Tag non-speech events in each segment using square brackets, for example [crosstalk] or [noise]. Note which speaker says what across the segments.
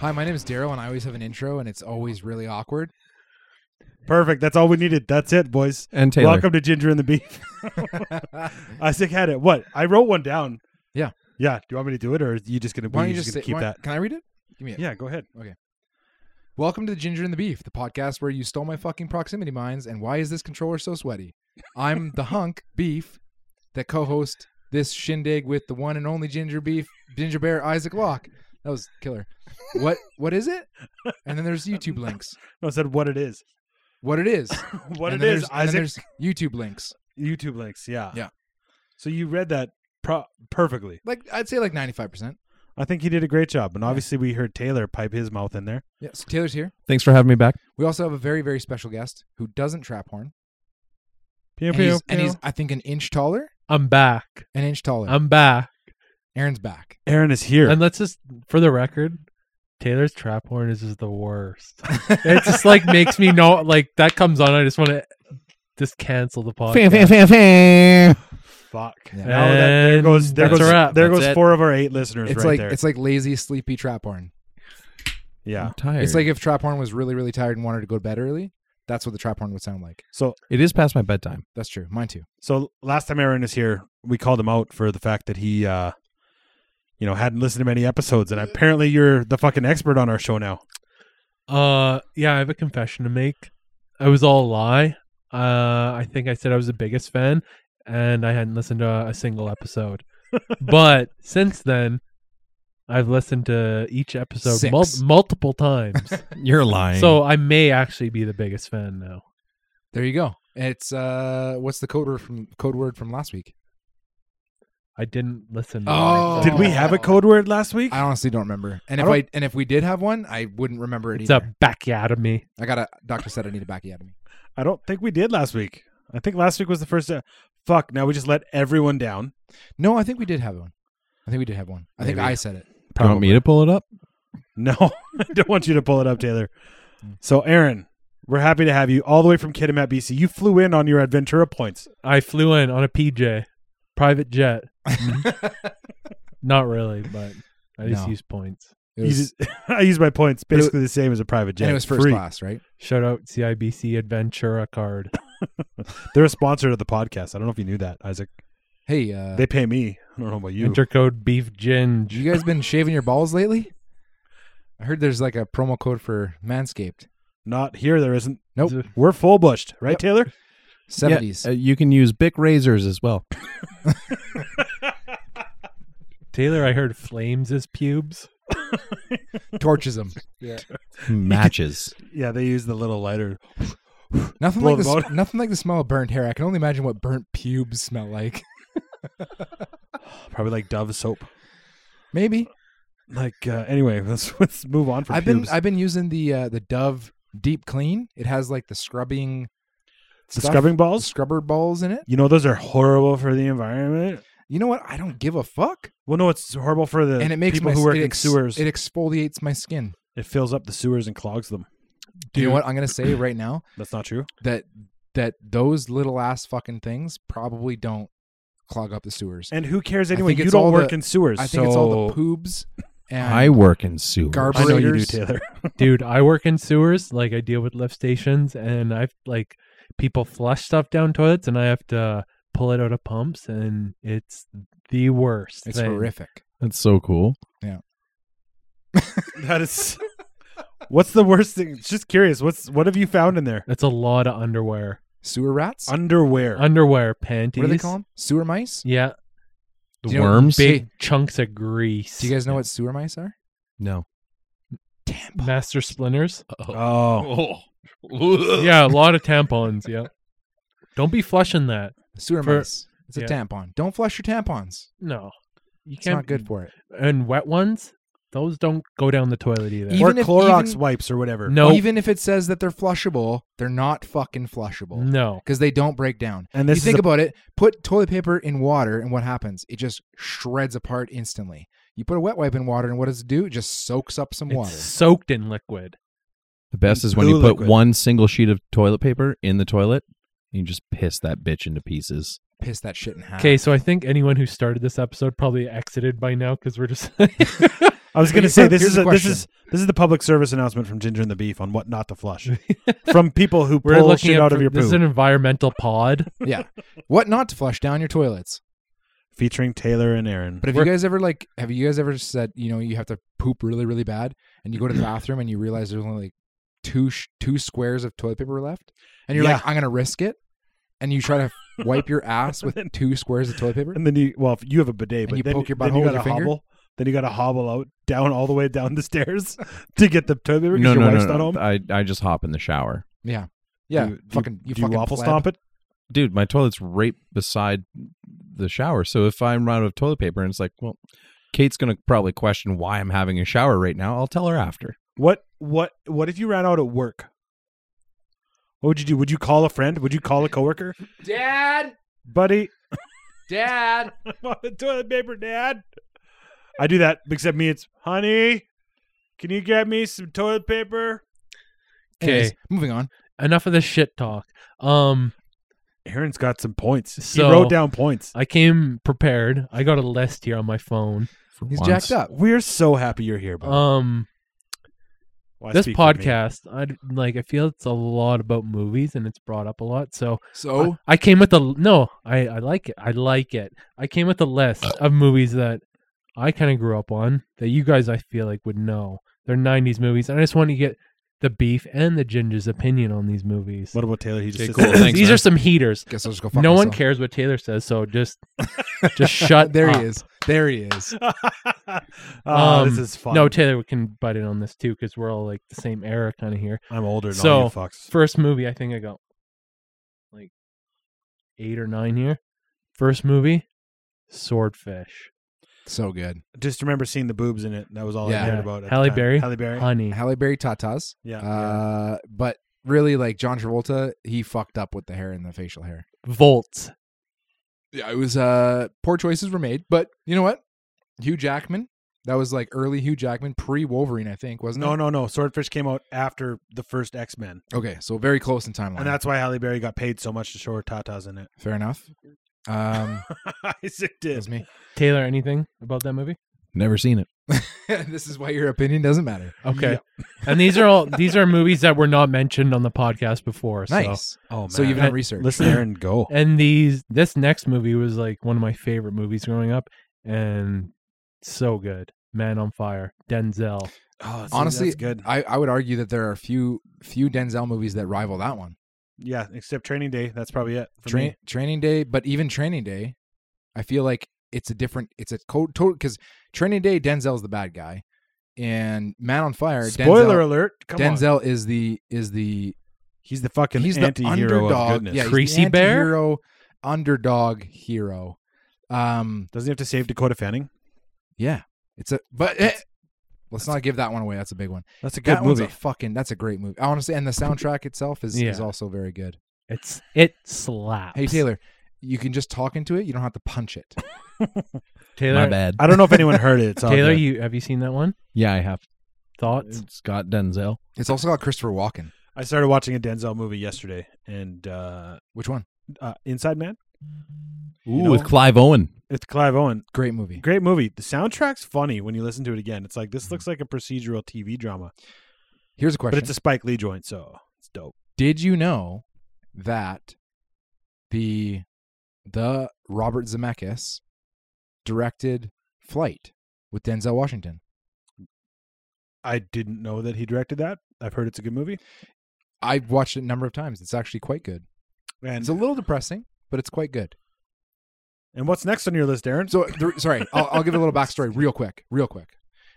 Speaker 1: Hi, my name is Daryl, and I always have an intro, and it's always really awkward.
Speaker 2: Perfect. That's all we needed. That's it, boys.
Speaker 3: And Taylor.
Speaker 2: Welcome to Ginger and the Beef. [laughs]
Speaker 1: [laughs] Why
Speaker 2: Isaac had it. What? I wrote one down.
Speaker 1: Yeah.
Speaker 2: Yeah. Do you want me to do it, or are you just gonna?
Speaker 1: don't
Speaker 2: you
Speaker 1: you just
Speaker 2: just gonna
Speaker 1: say-
Speaker 2: keep
Speaker 1: why-
Speaker 2: that?
Speaker 1: Can I read it? Give me it.
Speaker 2: Yeah. Go ahead.
Speaker 1: Welcome to the Ginger and the Beef, the podcast where you stole my fucking proximity mines, and why is this controller so sweaty? I'm
Speaker 2: [laughs]
Speaker 1: the hunk beef that co-host this shindig with the one and only Ginger Beef, Ginger Bear Isaac Locke. That was killer. What what is it? And then there's YouTube links.
Speaker 2: No, I said what it is. [laughs]
Speaker 1: What it is?
Speaker 2: what
Speaker 1: And
Speaker 2: it
Speaker 1: then
Speaker 2: is,
Speaker 1: there's- And then
Speaker 2: Isaac.
Speaker 1: there's YouTube links.
Speaker 2: YouTube links. Yeah.
Speaker 1: Yeah.
Speaker 2: So you read that pro- perfectly.
Speaker 1: Like I'd say like 95. percent
Speaker 2: I think he did a great job, and obviously we heard Taylor pipe his mouth in there.
Speaker 1: Yeah. So Taylor's here.
Speaker 3: Thanks for having me back.
Speaker 1: We also have a very very special guest who doesn't trap horn,
Speaker 2: Pew,
Speaker 1: and
Speaker 2: pew,
Speaker 1: he's, and
Speaker 2: pew. Um,
Speaker 1: he's I think an inch taller,
Speaker 4: I'm back.
Speaker 1: an inch taller.
Speaker 4: I'm back.
Speaker 1: Aaron's back.
Speaker 2: Aaron is here.
Speaker 4: And let's just, for the record, Taylor's trap horn is just the worst. it just like makes me know, like that comes on. I just want to just cancel the podcast.
Speaker 2: Fuck.
Speaker 1: Yeah.
Speaker 2: Now that, there
Speaker 4: And
Speaker 2: goes there
Speaker 4: that's
Speaker 2: goes
Speaker 4: a wrap.
Speaker 2: there
Speaker 4: That's
Speaker 2: goes
Speaker 4: it.
Speaker 2: four of our eight listeners
Speaker 1: It's
Speaker 2: right
Speaker 1: like
Speaker 2: there.
Speaker 1: it's like lazy sleepy trap horn.
Speaker 2: yeah.
Speaker 3: I'm tired.
Speaker 1: It's like if trap horn was really really tired and wanted to go to bed early. That's what the trap horn would sound like.
Speaker 2: So
Speaker 3: it is past
Speaker 1: [laughs]
Speaker 3: my bedtime.
Speaker 1: That's true. Mine too.
Speaker 2: So last time Aaron is here, we called him out for the fact that he, uh, you know, hadn't listened to many episodes,
Speaker 1: Mm-hmm.
Speaker 2: and apparently you're the fucking expert on our show now.
Speaker 4: Uh, yeah, I have a confession to make. I was all a lie. Uh, I think I said I was the biggest fan, and I hadn't listened to a, a single episode. but since then, I've listened to each episode mul-
Speaker 1: Six.
Speaker 4: multiple times.
Speaker 3: You're lying.
Speaker 4: so I may actually be the biggest fan now.
Speaker 1: There you go. It's uh, what's the code word from code word from last week?
Speaker 4: I didn't listen.
Speaker 1: Oh.
Speaker 2: Did we have a code word last week?
Speaker 1: I honestly don't remember. And
Speaker 2: I
Speaker 1: if I, and if we did have one, I wouldn't remember it
Speaker 4: It's
Speaker 1: either.
Speaker 4: a back out of me.
Speaker 1: I got a doctor said I need a backy out of me.
Speaker 2: I don't think we did last week. I think last week was the first. Uh, fuck. Now we just let everyone down. [laughs]
Speaker 1: No, I think we did have one. I think we did have one. I think
Speaker 2: Maybe.
Speaker 1: I said it.
Speaker 3: you want me to pull it up?
Speaker 2: No, I don't want you to pull it up, Taylor. So Aaron, we're happy to have you all the way from Kitimat, BC. You flew in on your Adventura points.
Speaker 4: I flew in on a PJ, private jet. Not really, but I just
Speaker 1: No.
Speaker 4: use points.
Speaker 1: It
Speaker 2: You
Speaker 1: was-
Speaker 2: just- [laughs] I use my points basically the same as a private jet.
Speaker 1: and it was first
Speaker 2: Free.
Speaker 1: class, right?
Speaker 4: Shout out CIBC Adventura card.
Speaker 2: They're a sponsor of the podcast. I don't know if you knew that, Isaac.
Speaker 1: Hey, uh,
Speaker 2: They pay me. I don't know about you.
Speaker 4: Intercode beef ginge.
Speaker 1: you guys been shaving your balls lately? I heard there's like a promo code for Manscaped.
Speaker 2: Not here. There isn't. Oh,
Speaker 1: Nope.
Speaker 2: We're full bushed, right, Taylor?
Speaker 1: Seventies.
Speaker 3: Yeah, uh, you can use Bic razors as well.
Speaker 4: Taylor, I heard flames as pubes.
Speaker 1: Torches
Speaker 2: [laughs]
Speaker 1: them.
Speaker 3: Matches.
Speaker 2: Yeah, they use the little lighter.
Speaker 1: Nothing
Speaker 2: Blow
Speaker 1: like the
Speaker 2: them
Speaker 1: s- [laughs] nothing like the smell of burnt hair. I can only imagine what burnt pubes smell like. [laughs]
Speaker 2: Probably like Dove soap.
Speaker 1: Maybe
Speaker 2: Like uh, anyway, [laughs] let's let's move on from
Speaker 1: I've
Speaker 2: pubes.
Speaker 1: been I've been using the uh, the Dove Deep Clean. It has like the scrubbing,
Speaker 2: the
Speaker 1: stuff-
Speaker 2: scrubbing balls.
Speaker 1: scrubber balls in it.
Speaker 2: You know those are horrible for the environment.
Speaker 1: You know what? I don't give a fuck.
Speaker 2: Well, no, it's horrible for the
Speaker 1: And it makes
Speaker 2: people
Speaker 1: my,
Speaker 2: who work
Speaker 1: it
Speaker 2: in
Speaker 1: ex-
Speaker 2: sewers.
Speaker 1: It
Speaker 2: It,
Speaker 1: exfoliates my skin.
Speaker 2: fills up the sewers and clogs them.
Speaker 1: Do you know what I'm gonna say right now?
Speaker 2: That's not true.
Speaker 1: That that those little ass fucking things probably don't clog up the sewers.
Speaker 2: And who cares
Speaker 1: I
Speaker 2: anyway?
Speaker 1: think
Speaker 2: You
Speaker 1: it's
Speaker 2: don't
Speaker 1: all
Speaker 2: work
Speaker 1: the-
Speaker 2: in sewers.
Speaker 1: I think it's all the
Speaker 2: so-
Speaker 1: poobs and
Speaker 3: I work in sewer.
Speaker 1: Garbage.
Speaker 2: I know you do,
Speaker 1: Carburetors. [laughs]
Speaker 2: Taylor.
Speaker 4: Dude, I work in sewers. Like, I deal with lift stations, and I've, like, people flush stuff down toilets, and I have to pull it out of pumps, and it's the worst.
Speaker 1: it's
Speaker 4: thing.
Speaker 1: horrific.
Speaker 3: That's so cool.
Speaker 2: that is. [laughs] What's the worst thing? Just curious. What's what have you found in there?
Speaker 4: That's a lot of underwear.
Speaker 1: Sewer rats.
Speaker 2: Underwear.
Speaker 4: Underwear, panties.
Speaker 1: what do they call them? Sewer mice.
Speaker 4: Yeah,
Speaker 3: The
Speaker 1: Do you know-
Speaker 3: worms?
Speaker 1: Hey,
Speaker 4: big chunks of grease.
Speaker 1: Do you guys know what sewer mice are?
Speaker 3: no.
Speaker 1: Tampons.
Speaker 4: [laughs]
Speaker 1: [laughs]
Speaker 4: master splinters?
Speaker 2: oh.
Speaker 4: yeah, a lot of tampons. Yeah, don't be flushing that.
Speaker 1: Sewer
Speaker 4: For-
Speaker 1: mice. It's
Speaker 4: yeah.
Speaker 1: a tampon. Don't flush your tampons.
Speaker 4: No, you
Speaker 1: It's
Speaker 4: can't.
Speaker 1: not good for it.
Speaker 4: And wet ones, those don't go down the toilet either.
Speaker 1: Even
Speaker 2: or
Speaker 1: if-
Speaker 2: Clorox
Speaker 1: even-
Speaker 2: wipes or whatever.
Speaker 4: no,
Speaker 1: Even if it says that they're flushable, they're not fucking flushable
Speaker 4: no.
Speaker 1: because they don't break down.
Speaker 2: And this
Speaker 1: you think
Speaker 2: is a-
Speaker 1: about it. Put toilet paper in water, and what happens? It just shreds apart instantly. You put a wet wipe in water, and what does it do? It just soaks up some water.
Speaker 4: It's soaked in liquid.
Speaker 3: The best is when
Speaker 2: Blue
Speaker 3: you put
Speaker 2: liquid.
Speaker 3: one single sheet of toilet paper in the toilet and you just piss that bitch into pieces.
Speaker 1: Piss that shit in half. [laughs]
Speaker 4: Okay, so I think anyone who started this episode probably exited by now because [laughs] we're just
Speaker 2: I was
Speaker 1: But
Speaker 2: going to
Speaker 1: you-
Speaker 2: say this
Speaker 1: here's
Speaker 2: is
Speaker 1: a
Speaker 2: a, this
Speaker 1: question.
Speaker 2: is this is the public service announcement from Ginger and the Beef on what not to
Speaker 1: [laughs]
Speaker 2: flush from people who
Speaker 4: We're
Speaker 2: pull
Speaker 4: looking
Speaker 2: shit
Speaker 4: at-
Speaker 2: out of your
Speaker 4: this
Speaker 2: poo.
Speaker 4: is an environmental pod.
Speaker 1: yeah. What not to flush down your toilets?
Speaker 2: featuring Taylor and Aaron.
Speaker 1: But have
Speaker 4: We're-
Speaker 1: you guys ever like have you guys ever said, you know, you have to poop really really bad and you go to the bathroom and you realize there's only like two sh- two squares of toilet paper left and you're
Speaker 2: Yeah.
Speaker 1: like I'm going to risk it and you try to wipe your ass with two squares of toilet paper?
Speaker 2: and then you well, if you have a bidet,
Speaker 1: And
Speaker 2: but
Speaker 1: you
Speaker 2: then,
Speaker 1: poke your
Speaker 2: then you
Speaker 1: butthole with
Speaker 2: gotta
Speaker 1: your finger?
Speaker 2: hobble. Then you got to hobble out down all the way down the stairs [laughs] to get the toilet paper because your wife's not home.
Speaker 3: I, I just hop in the shower.
Speaker 1: Yeah. Yeah,
Speaker 2: Do you- do you-
Speaker 1: fucking you
Speaker 2: do
Speaker 1: fucking
Speaker 2: you waffle
Speaker 1: pleb.
Speaker 2: stomp it?
Speaker 3: Dude, my toilet's right beside the shower. So if I'm out of toilet paper and it's like, well, Kate's going to probably question why I'm having a shower right now, I'll tell her after.
Speaker 2: What what what if you ran out at work? What would you do? Would you call a friend? Would you call a coworker?
Speaker 1: Dad,
Speaker 2: Buddy,
Speaker 1: dad.
Speaker 2: I'm [laughs] out of toilet paper, Dad. I do that, except me, it's honey, can you get me some toilet paper?
Speaker 1: Anyways,
Speaker 4: Okay.
Speaker 1: moving on.
Speaker 4: Enough of this shit talk. Um,
Speaker 2: Aaron's got some points.
Speaker 4: So-
Speaker 2: he wrote down points.
Speaker 4: I came prepared. I got a list here on my phone.
Speaker 3: For
Speaker 1: He's
Speaker 3: once.
Speaker 1: jacked up.
Speaker 2: We're so happy you're here, bud.
Speaker 4: uh,
Speaker 1: Oh.
Speaker 4: Um,
Speaker 2: Why
Speaker 4: this
Speaker 2: speak for me?
Speaker 4: podcast, I like. I feel it's a lot about movies, and it's brought up a lot. So
Speaker 2: Oh.
Speaker 1: So,
Speaker 4: I, I came with a no. I I like it. I like it. I came with a list of movies that I kind of grew up on that you guys I feel like would know. They're '90s movies, and I just want to get the beef and the ginger's opinion on these movies.
Speaker 2: What about Taylor? He just
Speaker 3: Okay,
Speaker 2: sits
Speaker 4: [clears throat]
Speaker 3: cool.
Speaker 2: there.
Speaker 3: Thanks,
Speaker 4: these
Speaker 3: man.
Speaker 4: are some heaters.
Speaker 1: guess I'll just go fuck
Speaker 4: No one
Speaker 1: myself.
Speaker 4: cares what Taylor says, so
Speaker 2: [laughs]
Speaker 4: just
Speaker 1: [laughs]
Speaker 4: just shut.
Speaker 1: There
Speaker 4: up.
Speaker 1: he is. There he is.
Speaker 2: Ah, this
Speaker 4: Um,
Speaker 2: is fun.
Speaker 4: No, Taylor can butt in on this too because we're all like the same era kind of here.
Speaker 2: I'm older than
Speaker 4: So-
Speaker 2: all you fucks.
Speaker 4: First movie, I think I got like eight or nine here. First movie, Swordfish.
Speaker 1: So good.
Speaker 2: Just remember seeing the boobs in it. That was all
Speaker 1: Yeah.
Speaker 2: I cared about. at the
Speaker 4: Halle
Speaker 2: time.
Speaker 4: Berry?
Speaker 2: Halle Berry.
Speaker 4: Honey.
Speaker 1: Halle Berry tatas.
Speaker 2: yeah.
Speaker 1: Uh, but really, like John Travolta, he fucked up with the hair and the facial hair.
Speaker 4: Volts.
Speaker 1: Yeah, it was uh poor choices were made, but you know what? Hugh Jackman, that was like early Hugh Jackman, pre Wolverine, I think, wasn't
Speaker 2: no,
Speaker 1: it?
Speaker 2: no, no. Swordfish came out after the first X Men,
Speaker 1: no. Okay, so very close in timeline.
Speaker 2: and that's why Halle Berry got paid so much to show her tatas in it. [laughs]
Speaker 1: fair enough. Um,
Speaker 2: Isaac
Speaker 1: that
Speaker 2: did.
Speaker 1: was me.
Speaker 4: Taylor, anything about that movie?
Speaker 3: Never seen it.
Speaker 1: [laughs] this is why your opinion doesn't matter.
Speaker 4: Okay. and these are all these are movies that were not mentioned on the podcast before. So.
Speaker 1: Nice.
Speaker 2: Oh man.
Speaker 1: So you've done research.
Speaker 2: listen, Aaron, [laughs] go.
Speaker 4: And these this next movie was like one of my favorite movies growing up and so good. Man on Fire, Denzel.
Speaker 2: Oh, see,
Speaker 1: Honestly,
Speaker 2: that's good.
Speaker 1: I, I would argue that there are few few Denzel movies that rival that one.
Speaker 2: yeah, except Training Day. That's probably it. For
Speaker 1: Train
Speaker 2: me.
Speaker 1: Training Day, but even Training Day, I feel like it's a different. It's a co total because Training Day, Denzel's the bad guy, and Man on Fire.
Speaker 2: Spoiler
Speaker 1: Denzel,
Speaker 2: alert. Come on.
Speaker 1: Denzel is the is the
Speaker 2: He's the fucking
Speaker 1: he's the
Speaker 2: anti-hero
Speaker 1: underdog.
Speaker 2: of goodness.
Speaker 1: Yeah, he's
Speaker 4: Creasy
Speaker 1: the
Speaker 4: Bear?
Speaker 1: hero, underdog hero. Um,
Speaker 2: Doesn't he have to save Dakota Fanning?
Speaker 1: yeah, it's a but. eh, Let's not give that one away. That's a big one.
Speaker 2: That's a good
Speaker 1: That one's
Speaker 2: movie.
Speaker 1: a fucking. That's a great movie. Honestly, and the soundtrack itself is
Speaker 4: Yeah.
Speaker 1: is also very good.
Speaker 4: It's it slaps.
Speaker 1: Hey Taylor, you can just talk into it. You don't have to punch it.
Speaker 3: My
Speaker 4: Taylor
Speaker 3: bad.
Speaker 2: I don't know if anyone heard it. It's
Speaker 1: [laughs]
Speaker 2: all
Speaker 4: Taylor,
Speaker 2: good.
Speaker 4: you have you seen that one?
Speaker 3: yeah, I have.
Speaker 4: Thoughts?
Speaker 3: It's got Denzel.
Speaker 1: It's also got Christopher Walken.
Speaker 2: I started watching a Denzel movie yesterday, and uh,
Speaker 1: Which one?
Speaker 2: uh, Inside Man.
Speaker 3: Ooh,
Speaker 2: You know?
Speaker 3: with Clive Owen.
Speaker 2: It's Clive Owen.
Speaker 1: Great movie.
Speaker 2: Great movie. The soundtrack's funny when you listen to it again. It's like this looks like a procedural TV drama,
Speaker 1: Here's a Mm-hmm.
Speaker 2: but
Speaker 1: question.
Speaker 2: it's a Spike Lee joint, so it's dope.
Speaker 1: Did you know that the the Robert Zemeckis directed Flight with Denzel Washington?
Speaker 2: I didn't know that he directed that. I've heard it's a good movie,
Speaker 1: I've watched it a number of times. It's actually quite good.
Speaker 2: and
Speaker 1: It's a little depressing, but it's quite good.
Speaker 2: and what's next on your list, Aaron?
Speaker 1: So, the, sorry, I'll, I'll give a little backstory real quick, real quick.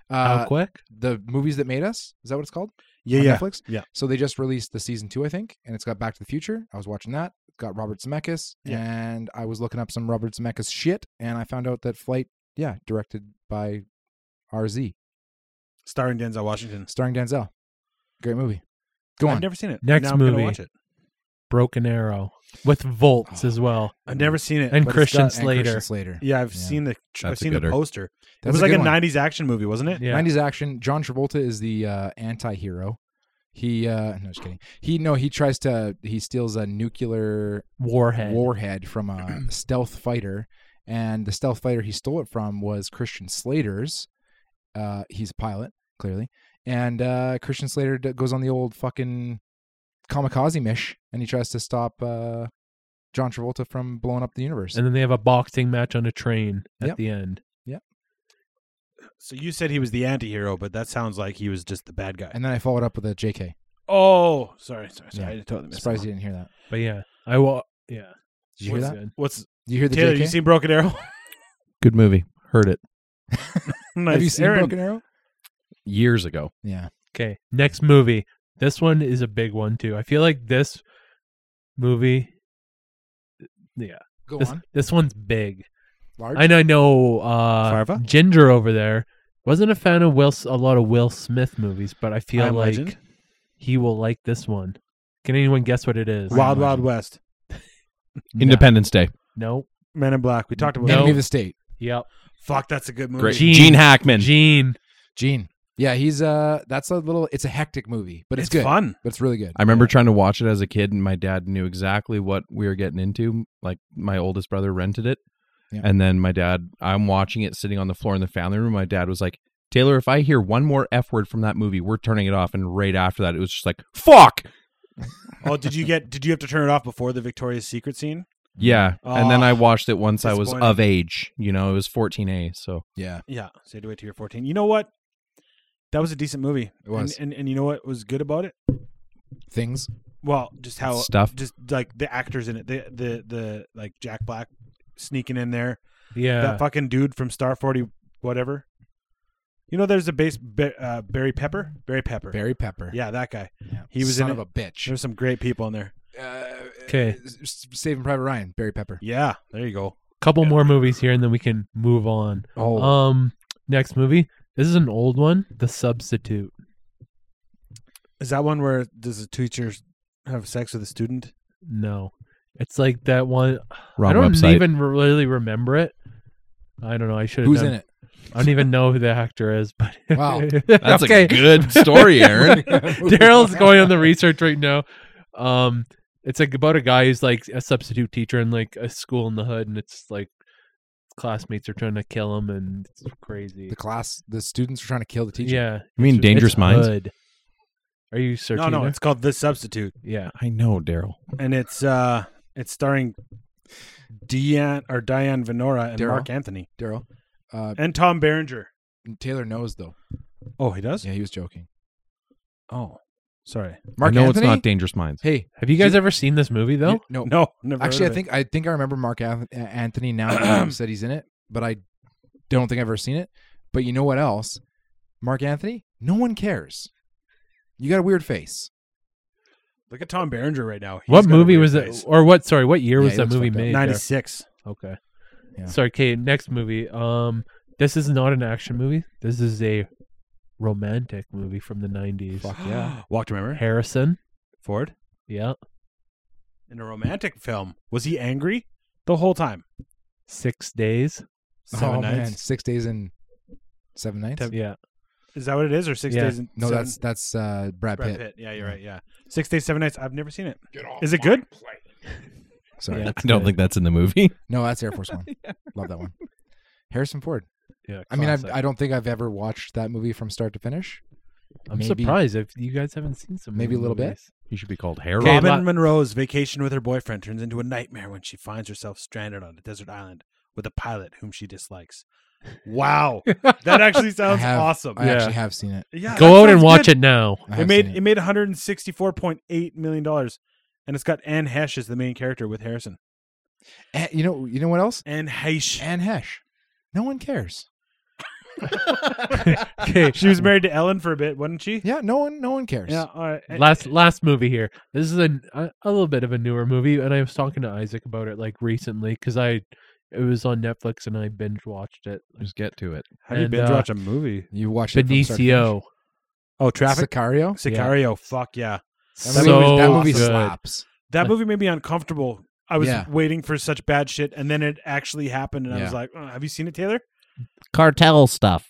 Speaker 4: How
Speaker 1: Uh,
Speaker 4: quick?
Speaker 1: the movies that made us is that what it's called?
Speaker 2: yeah,
Speaker 1: on
Speaker 2: yeah,
Speaker 1: Netflix.
Speaker 2: yeah.
Speaker 1: So they just released the season two, I think, and it's got Back to the Future. I was watching that. It's got Robert Zemeckis,
Speaker 2: Yeah.
Speaker 1: and I was looking up some Robert Zemeckis shit, and I found out that Flight, yeah, directed by RZ,
Speaker 2: starring Denzel Washington.
Speaker 1: starring Denzel. Great movie. Go
Speaker 2: I've
Speaker 1: on.
Speaker 2: never seen it.
Speaker 4: Next
Speaker 2: Now I'm gonna
Speaker 4: movie.
Speaker 2: watch it.
Speaker 4: Broken Arrow with Volts
Speaker 1: [sighs]
Speaker 4: as well.
Speaker 2: I've never seen it.
Speaker 4: And
Speaker 2: but it's
Speaker 4: Christian
Speaker 2: got-
Speaker 1: And
Speaker 4: Slater.
Speaker 1: Christian Slater.
Speaker 2: Yeah, I've
Speaker 1: Yeah.
Speaker 2: seen the I've
Speaker 3: That's a
Speaker 2: seen the
Speaker 3: gooder.
Speaker 2: poster.
Speaker 1: That's
Speaker 2: it was like
Speaker 1: good
Speaker 2: a
Speaker 1: one.
Speaker 2: '90s action movie, wasn't it?
Speaker 4: Yeah.
Speaker 1: 90s action. John Travolta is the uh, anti-hero. He uh no just kidding. He no, he tries to he steals a nuclear
Speaker 4: Warhead.
Speaker 1: warhead from a stealth fighter, and the stealth fighter he stole it from was Christian Slater's Uh, he's a pilot, clearly. And uh, Christian Slater d- goes on the old fucking kamikaze mish, and he tries to stop uh, John Travolta from blowing up the universe.
Speaker 4: And then they have a boxing match on a train at
Speaker 1: Yep.
Speaker 4: the end.
Speaker 2: So you said he was the anti-hero, but that sounds like he was just the bad guy.
Speaker 1: And then I followed up with a JK.
Speaker 2: oh, sorry, sorry, sorry.
Speaker 1: Yeah.
Speaker 2: I totally missed
Speaker 1: Surprised
Speaker 2: that.
Speaker 1: you didn't hear that.
Speaker 4: But yeah, I will. Yeah,
Speaker 1: Did you hear
Speaker 4: What's
Speaker 1: that?
Speaker 4: good.
Speaker 2: What's
Speaker 1: Did you hear the
Speaker 2: Taylor?
Speaker 1: JK?
Speaker 2: You seen
Speaker 1: [laughs]
Speaker 2: Broken Arrow?
Speaker 3: Good movie. Heard it
Speaker 2: nice.
Speaker 1: Have you seen
Speaker 2: Aaron,
Speaker 1: Broken Arrow?
Speaker 3: years ago.
Speaker 1: Yeah.
Speaker 4: Okay, next movie. This one is a big one too. I feel like this movie. Yeah,
Speaker 1: Go
Speaker 4: this,
Speaker 1: on.
Speaker 4: this one's big.
Speaker 1: Large.
Speaker 4: And I know uh,
Speaker 2: Farva?
Speaker 4: Ginger over there wasn't a fan of Will, a lot of Will Smith movies, but I feel
Speaker 2: I am
Speaker 4: like
Speaker 2: Legend?
Speaker 4: he will like this one. Can anyone guess what it is?
Speaker 1: Wow.
Speaker 2: Wild Wild West,
Speaker 4: No.
Speaker 3: Independence Day.
Speaker 4: No.
Speaker 2: Men in Black. We talked about.
Speaker 4: No.
Speaker 1: Enemy of the State.
Speaker 4: Yep.
Speaker 2: Fuck, that's a good movie.
Speaker 3: Great.
Speaker 4: Gene.
Speaker 3: Gene, Hackman.
Speaker 4: Gene.
Speaker 1: Gene. Yeah, he's uh that's a little it's a hectic movie, but it's,
Speaker 2: it's
Speaker 1: good.
Speaker 2: fun.
Speaker 1: [laughs] But it's really good.
Speaker 3: I remember trying to watch it as a kid, and my dad knew exactly what we were getting into. Like my oldest brother rented it,
Speaker 1: Yeah.
Speaker 3: and then my dad. I'm watching it sitting on the floor in the family room. My dad was like, "Taylor, if I hear one more f word from that movie, we're turning it off." And right after that, it was just like, "Fuck."
Speaker 2: oh, did you get? Did you have to turn it off before the Victoria's Secret scene?
Speaker 3: Yeah. and then
Speaker 2: Ah,
Speaker 3: I watched it once I was
Speaker 2: disappointing.
Speaker 3: of age. You know, it was 14A. So
Speaker 1: Yeah.
Speaker 2: Yeah, so you had to wait till you're 14. You know what? That was a decent movie.
Speaker 1: It was.
Speaker 2: And, and and you know what was good about it?
Speaker 1: Things.
Speaker 2: Well, just how
Speaker 3: stuff.
Speaker 2: just like the actors in it, the the the like Jack Black sneaking in there,
Speaker 4: Yeah.
Speaker 2: that fucking dude from Star 40 whatever. You know, there's a base Ba- uh, Barry Pepper, Barry Pepper.
Speaker 1: Barry Pepper.
Speaker 2: Yeah, that guy.
Speaker 1: Yeah.
Speaker 2: He was
Speaker 1: Son
Speaker 2: in
Speaker 1: of a bitch.
Speaker 2: There's some great people in there.
Speaker 1: Uh,
Speaker 4: 'Kay.
Speaker 1: s- s- Saving Private Ryan, Barry Pepper.
Speaker 2: Yeah, there you go.
Speaker 4: couple more movies here and then we can move on.
Speaker 1: Oh,
Speaker 4: Um next movie. This is an old one, The Substitute.
Speaker 2: Is that one where does the teacher have sex with a student?
Speaker 4: No. It's like that one
Speaker 3: wrong
Speaker 4: I don't
Speaker 3: website.
Speaker 4: even really remember it. I don't know. I should have
Speaker 1: who's
Speaker 4: done
Speaker 1: in it?
Speaker 4: I don't even know who the actor is, but
Speaker 1: [laughs]
Speaker 4: [laughs]
Speaker 1: Wow.
Speaker 3: [laughs] That's a good
Speaker 1: [laughs]
Speaker 3: story, Aaron. [laughs]
Speaker 4: Daryl's going on the research right now. Um, it's like about a guy who's like a substitute teacher in like a school in the hood, and it's like classmates are trying to kill him, and it's crazy.
Speaker 1: The class, the students are trying to kill the teacher.
Speaker 4: Yeah,
Speaker 3: You mean
Speaker 4: It's-
Speaker 3: Dangerous
Speaker 4: it's
Speaker 3: Minds?
Speaker 4: Hood. Are you searching?
Speaker 2: No, no,
Speaker 4: there?
Speaker 2: it's called The Substitute.
Speaker 4: yeah.
Speaker 3: I know, Daryl.
Speaker 2: and it's uh it's starring Diane or Diane Venora and
Speaker 1: Daryl?
Speaker 2: Mark Anthony
Speaker 1: Daryl. Uh,
Speaker 2: and Tom Berenger.
Speaker 1: Taylor knows though.
Speaker 2: Oh, he does.
Speaker 1: Yeah, he was joking.
Speaker 2: Oh, sorry.
Speaker 1: Mark
Speaker 3: I know
Speaker 1: Anthony.
Speaker 3: it's not Dangerous Minds.
Speaker 1: hey,
Speaker 4: Have you guys ever seen this movie though?
Speaker 1: you- no.
Speaker 2: No, never. heard
Speaker 1: Oh. Actually, I
Speaker 2: of it.
Speaker 1: think I think I remember Mark Anth- uh, Anthony now that you said he's in it, but I don't think I've ever seen it. But you know what else? Mark Anthony. No one cares. You got a weird face.
Speaker 2: look at Tom Berenger right now. He's
Speaker 4: what
Speaker 2: got a
Speaker 4: movie
Speaker 2: weird
Speaker 4: was
Speaker 2: face.
Speaker 4: it, Oh, or what? Sorry, what year
Speaker 1: Yeah,
Speaker 4: was
Speaker 1: he
Speaker 4: that
Speaker 1: looks
Speaker 4: movie
Speaker 1: fucked up.
Speaker 4: made?
Speaker 2: Ninety
Speaker 4: there?
Speaker 2: six.
Speaker 4: Okay.
Speaker 1: Yeah.
Speaker 4: Sorry, okay, next movie. Um this is not an action movie. This is a romantic movie from the 90s.
Speaker 1: Fuck yeah.
Speaker 2: Walk to Remember
Speaker 4: [gasps] Harrison.
Speaker 2: Ford
Speaker 4: Yeah.
Speaker 2: in a romantic film. Was he angry the whole time?
Speaker 4: 6 days.
Speaker 2: Seven
Speaker 1: oh man,
Speaker 2: nights?
Speaker 1: six days and seven nights.
Speaker 4: Yeah.
Speaker 2: Is that what it is? Or six
Speaker 4: Yeah.
Speaker 2: days? And
Speaker 1: No,
Speaker 2: seven-
Speaker 1: that's that's uh, Brad,
Speaker 2: Brad
Speaker 1: Pitt.
Speaker 2: Pitt. Yeah, you're right. Yeah, six days, seven nights. I've never seen it.
Speaker 1: Get off
Speaker 2: Is it good?
Speaker 1: Sorry.
Speaker 4: Yeah.
Speaker 3: [laughs] I don't think that's in the movie.
Speaker 1: No, that's Air
Speaker 2: [laughs]
Speaker 1: Force One. Love that one. Harrison Ford.
Speaker 4: Yeah.
Speaker 1: I mean, I've,
Speaker 4: classic.
Speaker 1: I don't think I've ever watched that movie from start to finish.
Speaker 4: I'm
Speaker 1: maybe-
Speaker 4: surprised if you guys haven't seen some
Speaker 1: Maybe a little bit. [laughs]
Speaker 4: movies.
Speaker 3: He should be called Harold.
Speaker 4: Okay,
Speaker 2: Robin
Speaker 4: la-
Speaker 2: Monroe's vacation with her boyfriend turns into a nightmare when she finds herself stranded on a desert island with a pilot whom she dislikes.
Speaker 4: [laughs]
Speaker 2: Wow, that actually sounds
Speaker 1: have-
Speaker 2: awesome.
Speaker 1: I
Speaker 4: Yeah.
Speaker 1: actually have seen it.
Speaker 2: yeah,
Speaker 4: Go out and watch it
Speaker 2: [laughs]
Speaker 4: now.
Speaker 1: I
Speaker 2: It
Speaker 1: have
Speaker 2: made
Speaker 1: seen
Speaker 2: it. made 164.8 million dollars, and it's got Anne Hesh as the main character with Harrison.
Speaker 1: Eh, you know, you know what else?
Speaker 2: Anne Hesh.
Speaker 1: Anne Hesh. No one cares.
Speaker 4: Okay.
Speaker 2: She was married to Ellen for a bit, wasn't she?
Speaker 1: Yeah, no one, no one cares.
Speaker 2: Yeah. All
Speaker 1: Eh,
Speaker 2: right. And-
Speaker 4: last last movie here. This is a, a a little bit of a newer movie, and I was talking to Isaac about it like recently because I it was on Netflix and I binge watched it.
Speaker 3: Just get to it.
Speaker 2: How do you
Speaker 4: and,
Speaker 2: binge
Speaker 4: uh,
Speaker 2: watch a movie?
Speaker 1: You watch it. from start to
Speaker 4: Benicio.
Speaker 2: Oh,
Speaker 1: finish.
Speaker 2: Traffic.
Speaker 1: Sicario.
Speaker 2: Sicario. Fuck yeah.
Speaker 1: That
Speaker 4: so
Speaker 1: movie, was- that movie
Speaker 4: good.
Speaker 1: slaps.
Speaker 2: That movie made me uncomfortable. I was
Speaker 1: Yeah.
Speaker 2: waiting for such bad shit, and then it actually happened, and I was
Speaker 1: Yeah.
Speaker 2: like, oh, "Have you seen it, Taylor?"
Speaker 3: Cartel stuff.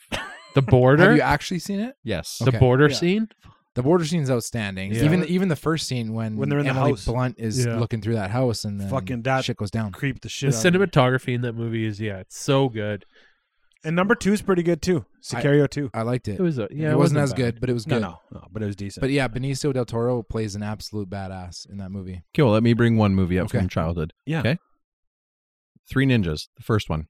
Speaker 4: The border,
Speaker 1: Have you actually seen it?
Speaker 3: Yes.
Speaker 4: the
Speaker 1: Okay.
Speaker 4: border
Speaker 2: Yeah.
Speaker 4: scene.
Speaker 1: The border scene's outstanding.
Speaker 2: Yeah.
Speaker 1: Even even the first scene when
Speaker 2: When they're in the
Speaker 1: Emily
Speaker 2: house.
Speaker 1: Blunt is
Speaker 4: Yeah.
Speaker 1: looking through that house and then
Speaker 2: Fucking that-
Speaker 1: shit goes down.
Speaker 2: Creep the shit.
Speaker 4: The
Speaker 2: out of me.
Speaker 4: cinematography in that movie is yeah, it's so good.
Speaker 2: And number two is pretty good too. Sicario two.
Speaker 1: I liked it.
Speaker 4: It was a, yeah.
Speaker 1: it, wasn't,
Speaker 4: wasn't
Speaker 1: as
Speaker 4: bad.
Speaker 1: good, but it was
Speaker 2: No,
Speaker 1: good.
Speaker 2: no, no, but it was decent.
Speaker 1: But yeah, Benicio del Toro plays an absolute badass in that movie.
Speaker 3: Okay, well, let me bring one movie up
Speaker 1: Okay.
Speaker 3: from childhood.
Speaker 2: Yeah.
Speaker 3: Okay. Three Ninjas, the first one.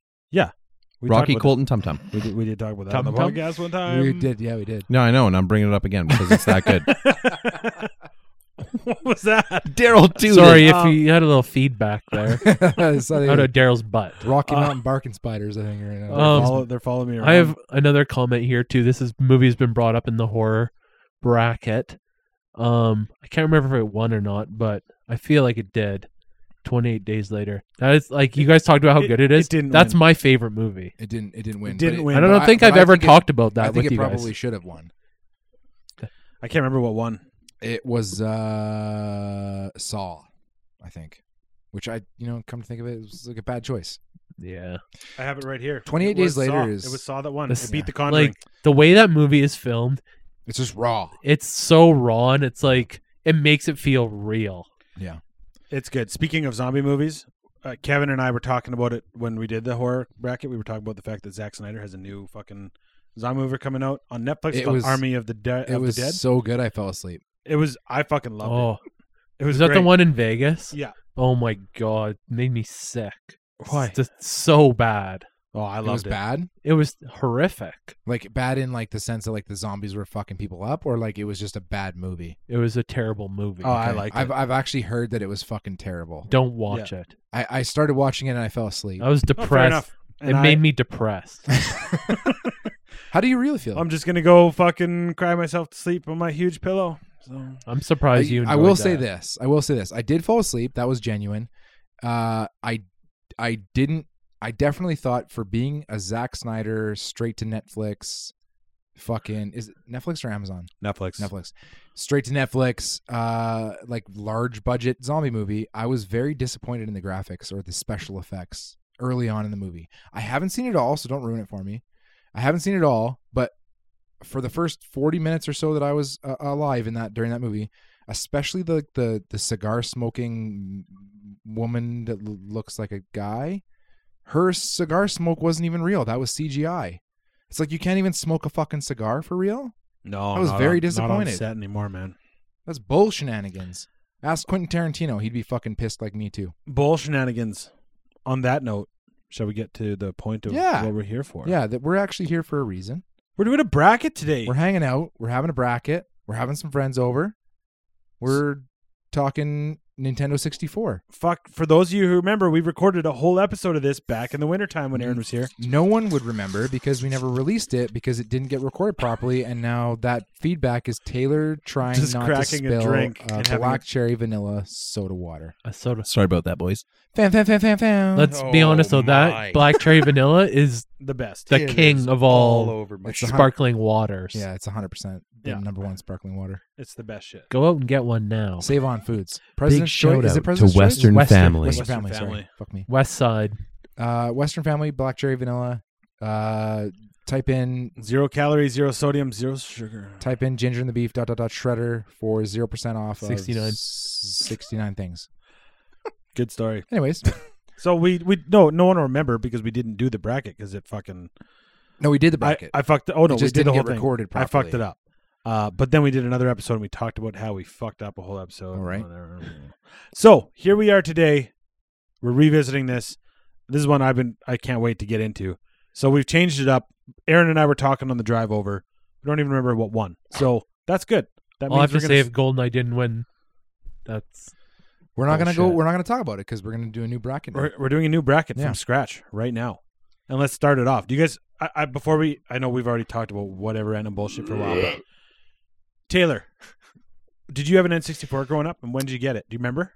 Speaker 2: We
Speaker 3: Rocky,
Speaker 2: talked about
Speaker 3: Colt, and Tum Tum.
Speaker 2: that. We did, we did talk about that on the
Speaker 4: Tum-tum?
Speaker 2: podcast one time.
Speaker 1: we did, yeah, we did. [laughs]
Speaker 3: No, I know, and I'm bringing it up again because it's that
Speaker 2: [laughs]
Speaker 3: good.
Speaker 2: what was that?
Speaker 4: [laughs]
Speaker 3: Daryl, too.
Speaker 4: Sorry if
Speaker 2: Um,
Speaker 4: you had a little feedback
Speaker 1: [laughs]
Speaker 4: there
Speaker 1: So they-
Speaker 4: out of Daryl's butt.
Speaker 1: Rocky
Speaker 2: Uh,
Speaker 1: Mountain barking spiders, I think. Right now.
Speaker 2: They're,
Speaker 4: Um,
Speaker 2: follow- they're following me around.
Speaker 4: I have another comment here too. This is movie has been brought up in the horror bracket. Um, I can't remember if it won or not, but I feel like it did. Twenty eight days later. That is like you guys talked about how
Speaker 2: It-
Speaker 4: good it is.
Speaker 2: it didn't
Speaker 4: That's
Speaker 2: win.
Speaker 4: my favorite movie.
Speaker 1: it didn't. It didn't win.
Speaker 2: It didn't
Speaker 1: but
Speaker 2: win.
Speaker 4: I don't
Speaker 1: but
Speaker 4: know- think
Speaker 1: but
Speaker 4: I've ever
Speaker 1: think it-
Speaker 4: talked about that
Speaker 1: I think
Speaker 4: with
Speaker 1: it
Speaker 4: you
Speaker 1: probably
Speaker 4: guys.
Speaker 1: should have won.
Speaker 2: I can't remember what one.
Speaker 1: It was uh, Saw, I think. Which I, you know, come to think of it, it was like a bad choice.
Speaker 4: Yeah.
Speaker 2: I have it right here.
Speaker 1: 28
Speaker 2: It
Speaker 1: Days
Speaker 2: was
Speaker 1: Later
Speaker 2: Saw.
Speaker 1: is-
Speaker 2: it was Saw that one.
Speaker 4: This-
Speaker 2: It beat
Speaker 1: yeah.
Speaker 2: The Conjuring.
Speaker 4: Like the way that movie is filmed,
Speaker 1: It's just raw.
Speaker 4: it's so raw and it's like it makes it feel real.
Speaker 2: it's good. Speaking of zombie movies, uh, Kevin and I were talking about it when we did the horror bracket. We were talking about the fact that Zack Snyder has a new fucking zombie movie coming out on Netflix
Speaker 1: It
Speaker 2: called
Speaker 1: was-
Speaker 2: Army of the Dead.
Speaker 1: It
Speaker 2: Of
Speaker 1: was
Speaker 2: the Dead.
Speaker 1: so good, I fell asleep.
Speaker 2: It was. I fucking loved
Speaker 4: oh,
Speaker 2: it. It was
Speaker 4: is that the
Speaker 2: great.
Speaker 4: one in Vegas?
Speaker 2: Yeah.
Speaker 4: Oh my god, made me sick.
Speaker 2: Why?
Speaker 4: It's just so bad.
Speaker 2: Oh, I
Speaker 1: it was
Speaker 2: loved it.
Speaker 1: bad.
Speaker 4: It was horrific.
Speaker 1: Like bad in like the sense that like the zombies were fucking people up, or like it was just a bad movie.
Speaker 4: It was a terrible movie.
Speaker 2: Oh, I liked
Speaker 1: I've
Speaker 2: it.
Speaker 1: I've actually heard that it was fucking terrible.
Speaker 4: Don't watch it.
Speaker 1: I, I started watching it and I fell asleep.
Speaker 4: I was
Speaker 2: Oh,
Speaker 4: depressed.
Speaker 2: fair enough.
Speaker 4: it
Speaker 2: And I-
Speaker 4: made me depressed.
Speaker 1: How do you really feel?
Speaker 2: I'm just gonna go fucking cry myself to sleep on my huge pillow. So
Speaker 4: I'm
Speaker 1: I,
Speaker 4: surprised you.
Speaker 1: I
Speaker 4: enjoyed
Speaker 1: will say
Speaker 4: that.
Speaker 1: this. I will say this. I did fall asleep. That was genuine. Uh, I I didn't. I definitely thought for being a Zack Snyder straight to Netflix, fucking is it Netflix or Amazon?
Speaker 2: Netflix.
Speaker 1: Netflix. Straight to Netflix, uh, like large budget zombie movie. I was very disappointed in the graphics or the special effects early on in the movie. I haven't seen it all, so don't ruin it for me. I haven't seen it all, but for the first 40 minutes or so that I was uh, alive in that during that movie, especially the the the cigar smoking woman that l- looks like a guy, her cigar smoke wasn't even real. That was CGI. It's like you can't even smoke a fucking cigar for real.
Speaker 2: No,
Speaker 1: I was
Speaker 2: not
Speaker 1: very
Speaker 2: on- Not
Speaker 1: disappointed.
Speaker 2: on set anymore, man.
Speaker 1: That's bull shenanigans. Ask Quentin Tarantino. He'd be fucking pissed like me too.
Speaker 2: Bull shenanigans. On that note, shall we get to the point of
Speaker 1: Yeah.
Speaker 2: what we're here for?
Speaker 1: Yeah, that we're actually here for a reason.
Speaker 2: we're doing a bracket today.
Speaker 1: We're hanging out. We're having a bracket. We're having some friends over. We're talking Nintendo 64.
Speaker 2: Fuck. For those of you who remember, we recorded a whole episode of this back in the wintertime when Aaron was here.
Speaker 1: No one would remember because we never released it because it didn't get recorded properly, and now that feedback is Taylor trying
Speaker 2: Just
Speaker 1: not
Speaker 2: cracking
Speaker 1: to
Speaker 2: a
Speaker 1: spill
Speaker 2: drink
Speaker 1: uh,
Speaker 2: and having
Speaker 1: black
Speaker 2: a-
Speaker 1: cherry vanilla soda water.
Speaker 4: A soda.
Speaker 3: Sorry about that, boys.
Speaker 1: Fan, fan, fan, fan, fan.
Speaker 4: Let's be
Speaker 5: Oh
Speaker 4: honest though.
Speaker 5: my.
Speaker 4: That black cherry vanilla is
Speaker 2: The best.
Speaker 4: the
Speaker 5: It is
Speaker 4: king of all,
Speaker 5: over my
Speaker 1: It's
Speaker 5: shirt.
Speaker 1: a hun-
Speaker 4: sparkling waters.
Speaker 1: yeah, it's 100 percent the
Speaker 2: Yeah.
Speaker 1: number one sparkling water.
Speaker 2: It's the best shit.
Speaker 4: Go out and get one now.
Speaker 1: Save on foods. President's
Speaker 3: shout
Speaker 1: Choice. Is
Speaker 3: out
Speaker 1: it
Speaker 3: to
Speaker 1: President's Choice?
Speaker 3: Western Family.
Speaker 1: Western,
Speaker 2: Western
Speaker 1: Family. Sorry.
Speaker 2: Family.
Speaker 1: Fuck me.
Speaker 4: West Side.
Speaker 1: Uh, Western Family, black cherry vanilla. Uh, type in
Speaker 2: Zero calories, zero sodium, zero sugar.
Speaker 1: type in ginger and the beef dot dot dot shredder for zero percent off. of
Speaker 4: 69.
Speaker 1: sixty nine things.
Speaker 2: Good story.
Speaker 1: Anyways,
Speaker 2: So we we no no one will remember because we didn't do the bracket because it fucking
Speaker 1: no, we did the
Speaker 2: I,
Speaker 1: bracket.
Speaker 2: I fucked oh no
Speaker 1: it just
Speaker 2: we did
Speaker 1: didn't
Speaker 2: the whole
Speaker 1: get
Speaker 2: thing.
Speaker 1: recorded
Speaker 2: I
Speaker 1: properly.
Speaker 2: fucked it up. Uh, but then we did another episode and we talked about how we fucked up a whole episode.
Speaker 1: All right.
Speaker 2: So here we are today. We're revisiting this. This is one I've been I can't wait to get into. So we've changed it up. Aaron and I were talking on the drive over. We don't even remember what one. So that's good. That
Speaker 4: I'll have to
Speaker 2: we're
Speaker 4: say
Speaker 2: gonna-
Speaker 4: if Goldeneye didn't win, that's
Speaker 1: We're not gonna go.
Speaker 2: Bullshit.
Speaker 1: We're not gonna talk about it because we're gonna do a new bracket. now.
Speaker 2: Oh, We're, we're doing a new bracket
Speaker 1: Yeah.
Speaker 2: from scratch right now, and let's start it off. Do you guys? I, I before we, I know we've already talked about whatever random bullshit for a while. But Taylor, did you have an N64 growing up, and when did you get it? Do you remember?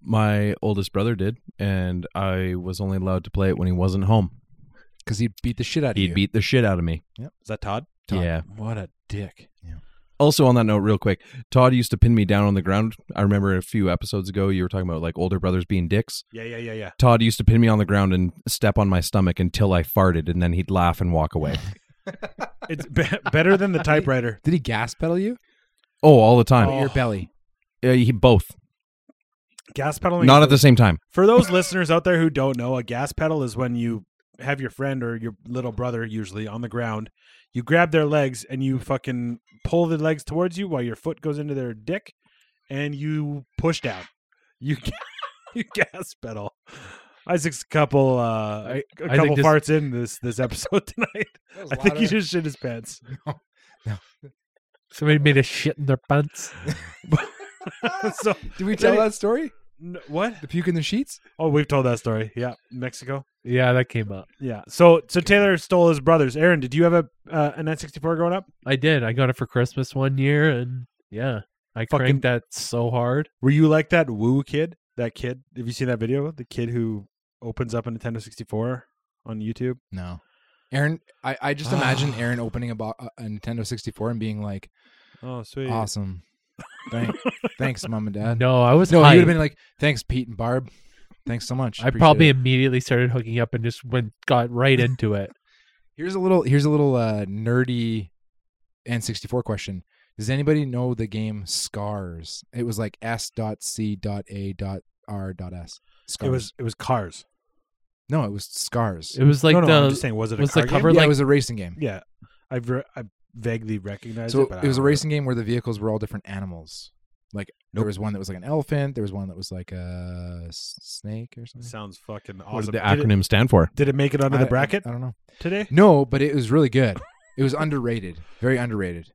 Speaker 3: My oldest brother did, and I was only allowed to play it when he wasn't home.
Speaker 1: Because he'd beat the shit out of
Speaker 3: He'd
Speaker 1: you.
Speaker 3: beat the shit out of me.
Speaker 2: Is that Todd?
Speaker 1: Todd.
Speaker 3: Yeah.
Speaker 2: What a dick!
Speaker 3: Also, on that note, real quick, Todd used to pin me down on the ground. I remember a few episodes ago, you were talking about like older brothers being dicks.
Speaker 2: Yeah, yeah, yeah, yeah.
Speaker 3: Todd used to pin me on the ground and step on my stomach until I farted, and then he'd laugh and
Speaker 2: [laughs]
Speaker 3: walk away.
Speaker 2: It's be- better than [laughs] the typewriter.
Speaker 1: Did he gas pedal you?
Speaker 3: oh, all the time.
Speaker 2: Oh.
Speaker 1: Your belly.
Speaker 3: Uh, he both.
Speaker 2: Gas pedaling.
Speaker 3: Not at the same time.
Speaker 2: For those listeners out there who don't know, a gas pedal is when you have your friend or your little brother usually on the ground. You grab their legs and you fucking pull the legs towards you while your foot goes into their dick, and you push down. You [laughs] ga- you gas pedal. Isaac's couple uh, a
Speaker 4: I- Isaac
Speaker 2: couple
Speaker 4: just-
Speaker 2: parts in this this episode [laughs] tonight.
Speaker 1: That was a
Speaker 2: I
Speaker 1: lot
Speaker 2: think he
Speaker 1: of-
Speaker 2: just shit his pants. [laughs]
Speaker 4: Somebody made a shit in their pants.
Speaker 2: so
Speaker 1: [laughs] Did we tell that story?
Speaker 2: n- what?
Speaker 1: The puke in the sheets?
Speaker 2: Oh, we've told that story. Yeah, Mexico.
Speaker 4: Yeah, that came up.
Speaker 2: Yeah. So so Taylor stole his brother's. Aaron, did you have a uh, an N64 growing up?
Speaker 4: I did. I got it for Christmas one year, and yeah, I
Speaker 2: Fucking-
Speaker 4: cranked that so hard.
Speaker 2: Were you like that woo kid? That kid? Have you seen that video? The kid who opens up a Nintendo 64 on YouTube.
Speaker 1: No. Aaron, I, I just
Speaker 2: [sighs]
Speaker 1: imagine Aaron opening a, bo- a Nintendo 64 and being like,
Speaker 2: Oh, sweet.
Speaker 1: awesome.
Speaker 2: [laughs]
Speaker 1: Thank, thanks, mom and dad.
Speaker 4: No, I was
Speaker 1: No,
Speaker 4: no.
Speaker 1: he would have been like, "Thanks, Pete and Barb. Thanks so much."
Speaker 4: I
Speaker 1: Appreciate
Speaker 4: probably
Speaker 1: it."
Speaker 4: immediately started hooking up and just went got right into it.
Speaker 1: here's a little here's a little uh, nerdy N64 question. Does anybody know the game Scars? It was like S.C.A.R.S. Scars.
Speaker 2: It was it was cars.
Speaker 1: no, it was Scars.
Speaker 4: It was like
Speaker 2: no, no, I'm
Speaker 4: the
Speaker 2: just saying, was it
Speaker 4: was
Speaker 2: a
Speaker 4: the
Speaker 2: car
Speaker 4: cover-
Speaker 2: game?
Speaker 1: yeah,
Speaker 4: like-
Speaker 1: it was a racing game.
Speaker 2: Yeah, I re- I vaguely recognized
Speaker 1: So
Speaker 2: it. But
Speaker 1: it was a
Speaker 2: I don't remember.
Speaker 1: racing game where the vehicles were all different animals. Like there was one that was like an elephant. There was one that was like a s- snake or something.
Speaker 2: Sounds fucking awesome.
Speaker 3: What did the
Speaker 2: Did it-
Speaker 3: acronym stand for?
Speaker 2: Did it make it onto
Speaker 1: I-
Speaker 2: the bracket
Speaker 1: I, I don't know.
Speaker 2: today?
Speaker 1: No, but it was really good. It
Speaker 2: [laughs]
Speaker 1: was underrated. Very underrated.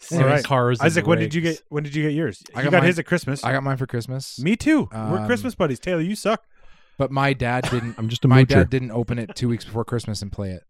Speaker 4: same
Speaker 2: Alright.
Speaker 4: cars. and
Speaker 2: Isaac, when did you
Speaker 4: rigs.
Speaker 2: get when did you get yours?
Speaker 1: I
Speaker 2: you
Speaker 1: got
Speaker 2: got,
Speaker 1: mine-
Speaker 2: his at Christmas.
Speaker 1: I got mine for Christmas.
Speaker 2: Me too. We're
Speaker 1: Um,
Speaker 2: Christmas buddies. Taylor, you suck.
Speaker 1: But my dad didn't.
Speaker 2: [laughs]
Speaker 3: I'm just a
Speaker 1: my
Speaker 3: moocher.
Speaker 1: dad didn't open it two weeks before Christmas and play it.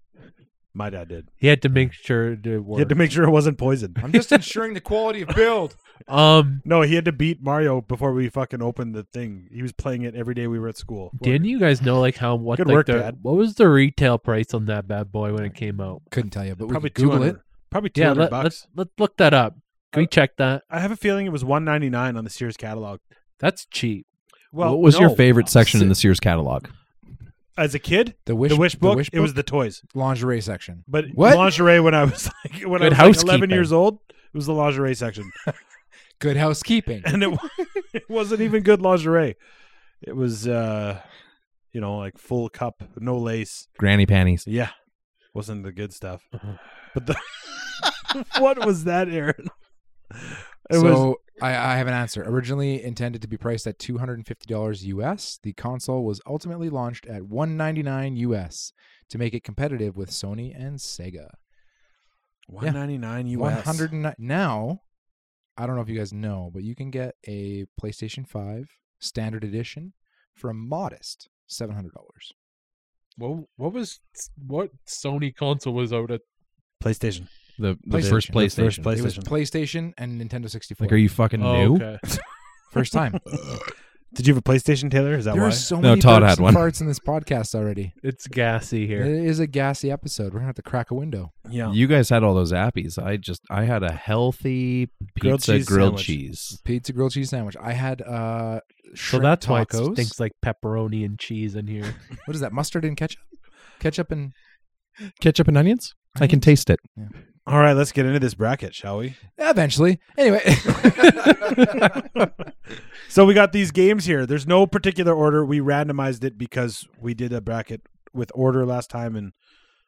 Speaker 2: My dad did.
Speaker 4: He had to make sure to
Speaker 2: He
Speaker 4: work.
Speaker 2: had to make sure it wasn't poisoned.
Speaker 1: I'm just ensuring the quality of build.
Speaker 4: um,
Speaker 2: No, he had to beat Mario before we fucking opened the thing. He was playing it every day we were at school.
Speaker 4: didn't you guys know like how what
Speaker 2: Good
Speaker 4: like,
Speaker 2: work,
Speaker 4: the-
Speaker 2: Dad.
Speaker 4: what was the retail price on that bad boy when it came out?
Speaker 1: Couldn't tell you, but
Speaker 2: Probably
Speaker 1: we could Google
Speaker 2: 200,
Speaker 1: it.
Speaker 2: Probably two
Speaker 4: Yeah,
Speaker 2: hundred
Speaker 4: let,
Speaker 2: bucks. Uh,
Speaker 4: let's let's look that up. Can we check that?
Speaker 2: I have a feeling it was one ninety nine on the Sears catalog.
Speaker 4: That's cheap.
Speaker 2: Well,
Speaker 3: what was your
Speaker 2: no. Uh,
Speaker 3: favorite section in the Sears catalog?
Speaker 2: As a kid,
Speaker 1: The wish,
Speaker 2: the wish book.
Speaker 1: wish
Speaker 2: It was the toys,
Speaker 1: lingerie section.
Speaker 2: but
Speaker 1: What?
Speaker 2: lingerie when I was [laughs] like when
Speaker 4: Good
Speaker 2: I was like eleven
Speaker 4: housekeeping.
Speaker 2: years old. It was the lingerie section, [laughs]
Speaker 1: Good housekeeping.
Speaker 2: and it, wa- [laughs] it wasn't even good lingerie. It was, uh you know, like full cup, no lace.
Speaker 3: Granny panties.
Speaker 2: Yeah, Uh-huh. wasn't the good stuff. [laughs] But the [laughs] what was that, Aaron? It
Speaker 1: so
Speaker 2: was
Speaker 1: I, I have an answer. Originally intended to be priced at two hundred and fifty dollars US, the console was ultimately launched at one ninety nine US to make it competitive with Sony and Sega.
Speaker 2: one ninety nine US.
Speaker 1: One hundred and nine. Now, I don't know if you guys know, but you can get a PlayStation Five Standard Edition for a modest seven hundred dollars.
Speaker 4: What what was what Sony console was out at?
Speaker 2: PlayStation.
Speaker 3: The, the
Speaker 1: PlayStation.
Speaker 3: first
Speaker 2: The
Speaker 3: PlayStation.
Speaker 2: first
Speaker 1: It was
Speaker 2: PlayStation.
Speaker 1: PlayStation and Nintendo sixty four.
Speaker 3: Like, are you fucking
Speaker 4: Oh,
Speaker 2: Oh,
Speaker 3: new?
Speaker 1: First
Speaker 3: [laughs]
Speaker 1: time.
Speaker 2: Did you have a PlayStation, Taylor? Is that
Speaker 1: There
Speaker 2: why?
Speaker 1: are so
Speaker 3: No,
Speaker 1: many
Speaker 3: Todd
Speaker 1: burps
Speaker 3: had
Speaker 1: and
Speaker 3: one.
Speaker 1: farts in this podcast already.
Speaker 4: [laughs] It's gassy here.
Speaker 1: It is a gassy episode. We're gonna have to crack a window.
Speaker 2: yeah.
Speaker 3: You guys had all those appies. I just I had a healthy
Speaker 2: Grilled
Speaker 3: pizza
Speaker 2: cheese
Speaker 3: grilled
Speaker 2: sandwich.
Speaker 3: cheese.
Speaker 1: Pizza grilled cheese sandwich. I had uh
Speaker 4: So
Speaker 1: shrimp
Speaker 4: that's why
Speaker 1: tacos.
Speaker 4: it stinks like pepperoni and cheese in here.
Speaker 1: What is that? Mustard and ketchup? Ketchup and
Speaker 3: Ketchup and onions. I can
Speaker 1: Onions?
Speaker 3: taste it.
Speaker 2: All right, let's get into this bracket, shall we?
Speaker 1: eventually. Anyway. [laughs]
Speaker 2: So we got these games here. There's no particular order. We randomized it because we did a bracket with order last time and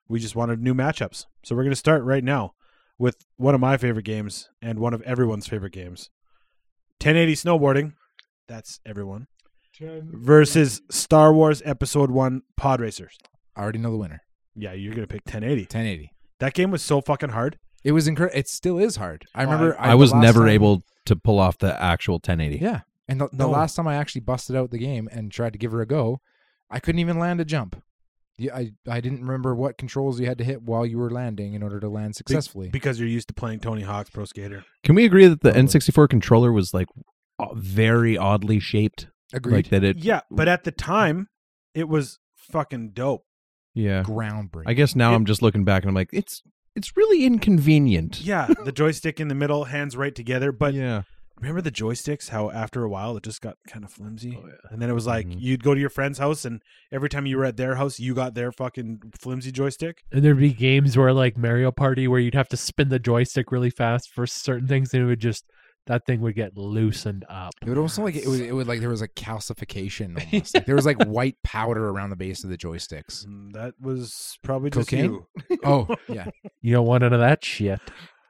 Speaker 2: we just wanted new matchups. So we're going to start right now with one of my favorite games and one of everyone's favorite games. 1080 snowboarding. That's everyone. Versus Star Wars Episode 1 Pod Racers.
Speaker 1: I already know the winner.
Speaker 2: Yeah, you're going to pick 1080.
Speaker 1: Ten eighty.
Speaker 2: That game was so fucking hard.
Speaker 1: It was incredible. It still is hard. I
Speaker 2: Oh,
Speaker 1: remember.
Speaker 3: I
Speaker 1: the
Speaker 3: was
Speaker 1: last
Speaker 3: never
Speaker 1: time-
Speaker 3: able to pull off the actual 1080.
Speaker 1: Yeah, and the, the
Speaker 2: No.
Speaker 1: last time I actually busted out the game and tried to give her a go, I couldn't even land a jump. Yeah, I I didn't remember what controls you had to hit while you were landing in order to land successfully.
Speaker 2: Because you're used to playing Tony Hawk's Pro Skater.
Speaker 3: Can we agree that the
Speaker 1: Probably.
Speaker 3: N64 controller was like o- very oddly shaped?
Speaker 1: Agreed.
Speaker 3: Like that it.
Speaker 2: Yeah, but at the time, it was fucking dope.
Speaker 3: Yeah.
Speaker 1: Groundbreaking.
Speaker 3: I guess now
Speaker 2: It-
Speaker 3: I'm just looking back and I'm like, it's it's really inconvenient.
Speaker 2: Yeah, the joystick in the middle, hands right together. But
Speaker 3: yeah.
Speaker 2: remember the joysticks? How after a while it just got kind of flimsy,
Speaker 3: Oh, yeah.
Speaker 2: and then it was like
Speaker 3: Mhm.
Speaker 2: you'd go to your friend's house, and every time you were at their house, you got their fucking flimsy joystick.
Speaker 4: And there'd be games where like Mario Party where you'd have to spin the joystick really fast for certain things and it would just that thing would get loosened up.
Speaker 1: It would also like it was it would like there was like calcification almost. Like, there
Speaker 2: [laughs]
Speaker 1: was like white powder around the base of the joysticks.
Speaker 2: Mm, That was probably just
Speaker 1: Cocaine?
Speaker 2: you.
Speaker 1: Oh yeah.
Speaker 4: You don't want none of that shit.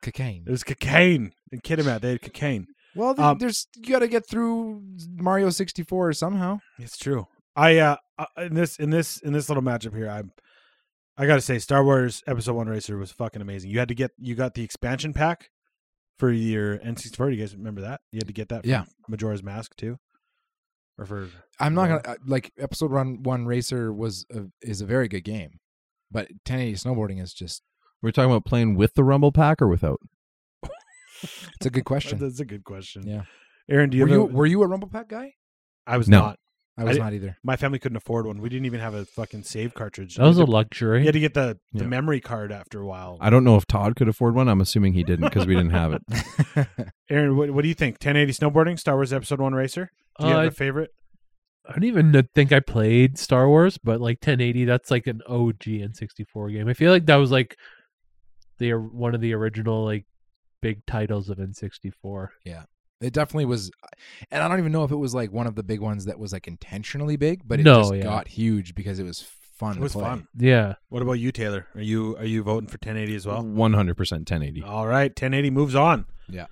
Speaker 1: Cocaine.
Speaker 2: [laughs] It was cocaine. And Kitimat, they had cocaine.
Speaker 1: Well,
Speaker 2: Um,
Speaker 1: there's you got to get through Mario 64 somehow.
Speaker 2: It's true. I uh uh, in this in this in this little matchup here, I'm I gotta say, Star Wars Episode One Racer was fucking amazing. You had to get you got the expansion pack for your N64. You guys remember that? You had to get that. For
Speaker 1: Yeah.
Speaker 2: Majora's Mask too, or for
Speaker 1: I'm not
Speaker 2: Yeah.
Speaker 1: gonna uh, like episode one. One racer was a, is a very good game, but 1080 snowboarding is just
Speaker 3: We're talking about playing with the Rumble Pack or without.
Speaker 1: it's
Speaker 2: [laughs]
Speaker 1: a good question.
Speaker 2: that's a good question.
Speaker 1: Yeah.
Speaker 2: Aaron, do you?
Speaker 1: Were
Speaker 2: Ever,
Speaker 1: you were you a Rumble Pack guy?
Speaker 2: I was
Speaker 3: No.
Speaker 2: not.
Speaker 1: I
Speaker 2: I
Speaker 1: was
Speaker 2: didn't-
Speaker 1: not
Speaker 2: [laughs]
Speaker 1: either.
Speaker 2: My family couldn't afford one. We didn't even have a fucking save cartridge.
Speaker 4: That was
Speaker 2: You
Speaker 4: a
Speaker 2: had to-
Speaker 4: luxury.
Speaker 2: You had to get the, the
Speaker 3: Yeah.
Speaker 2: memory card after a while.
Speaker 3: I don't know if Todd could afford one. I'm assuming he didn't because we didn't have it.
Speaker 2: Aaron, what, what do you think? 1080 snowboarding, Star Wars Episode One Racer. Do you
Speaker 4: Uh,
Speaker 2: have a favorite?
Speaker 4: I don't even kn- think I played Star Wars, but like 1080, that's like an OG N64 game. I feel like that was like the or- one of the original like big titles of N64.
Speaker 1: It definitely was, and I don't even know if it was like one of the big ones that was like intentionally big, but it
Speaker 4: No,
Speaker 1: just
Speaker 4: yeah.
Speaker 1: got huge because it was fun.
Speaker 2: It
Speaker 1: to
Speaker 2: was
Speaker 1: play.
Speaker 2: fun.
Speaker 4: Yeah,
Speaker 2: What about you, Taylor? Are you are you voting for 1080 as well? Oh.
Speaker 3: 100% 1080.
Speaker 2: All right, 1080 moves on.
Speaker 1: Mm-hmm. Yeah.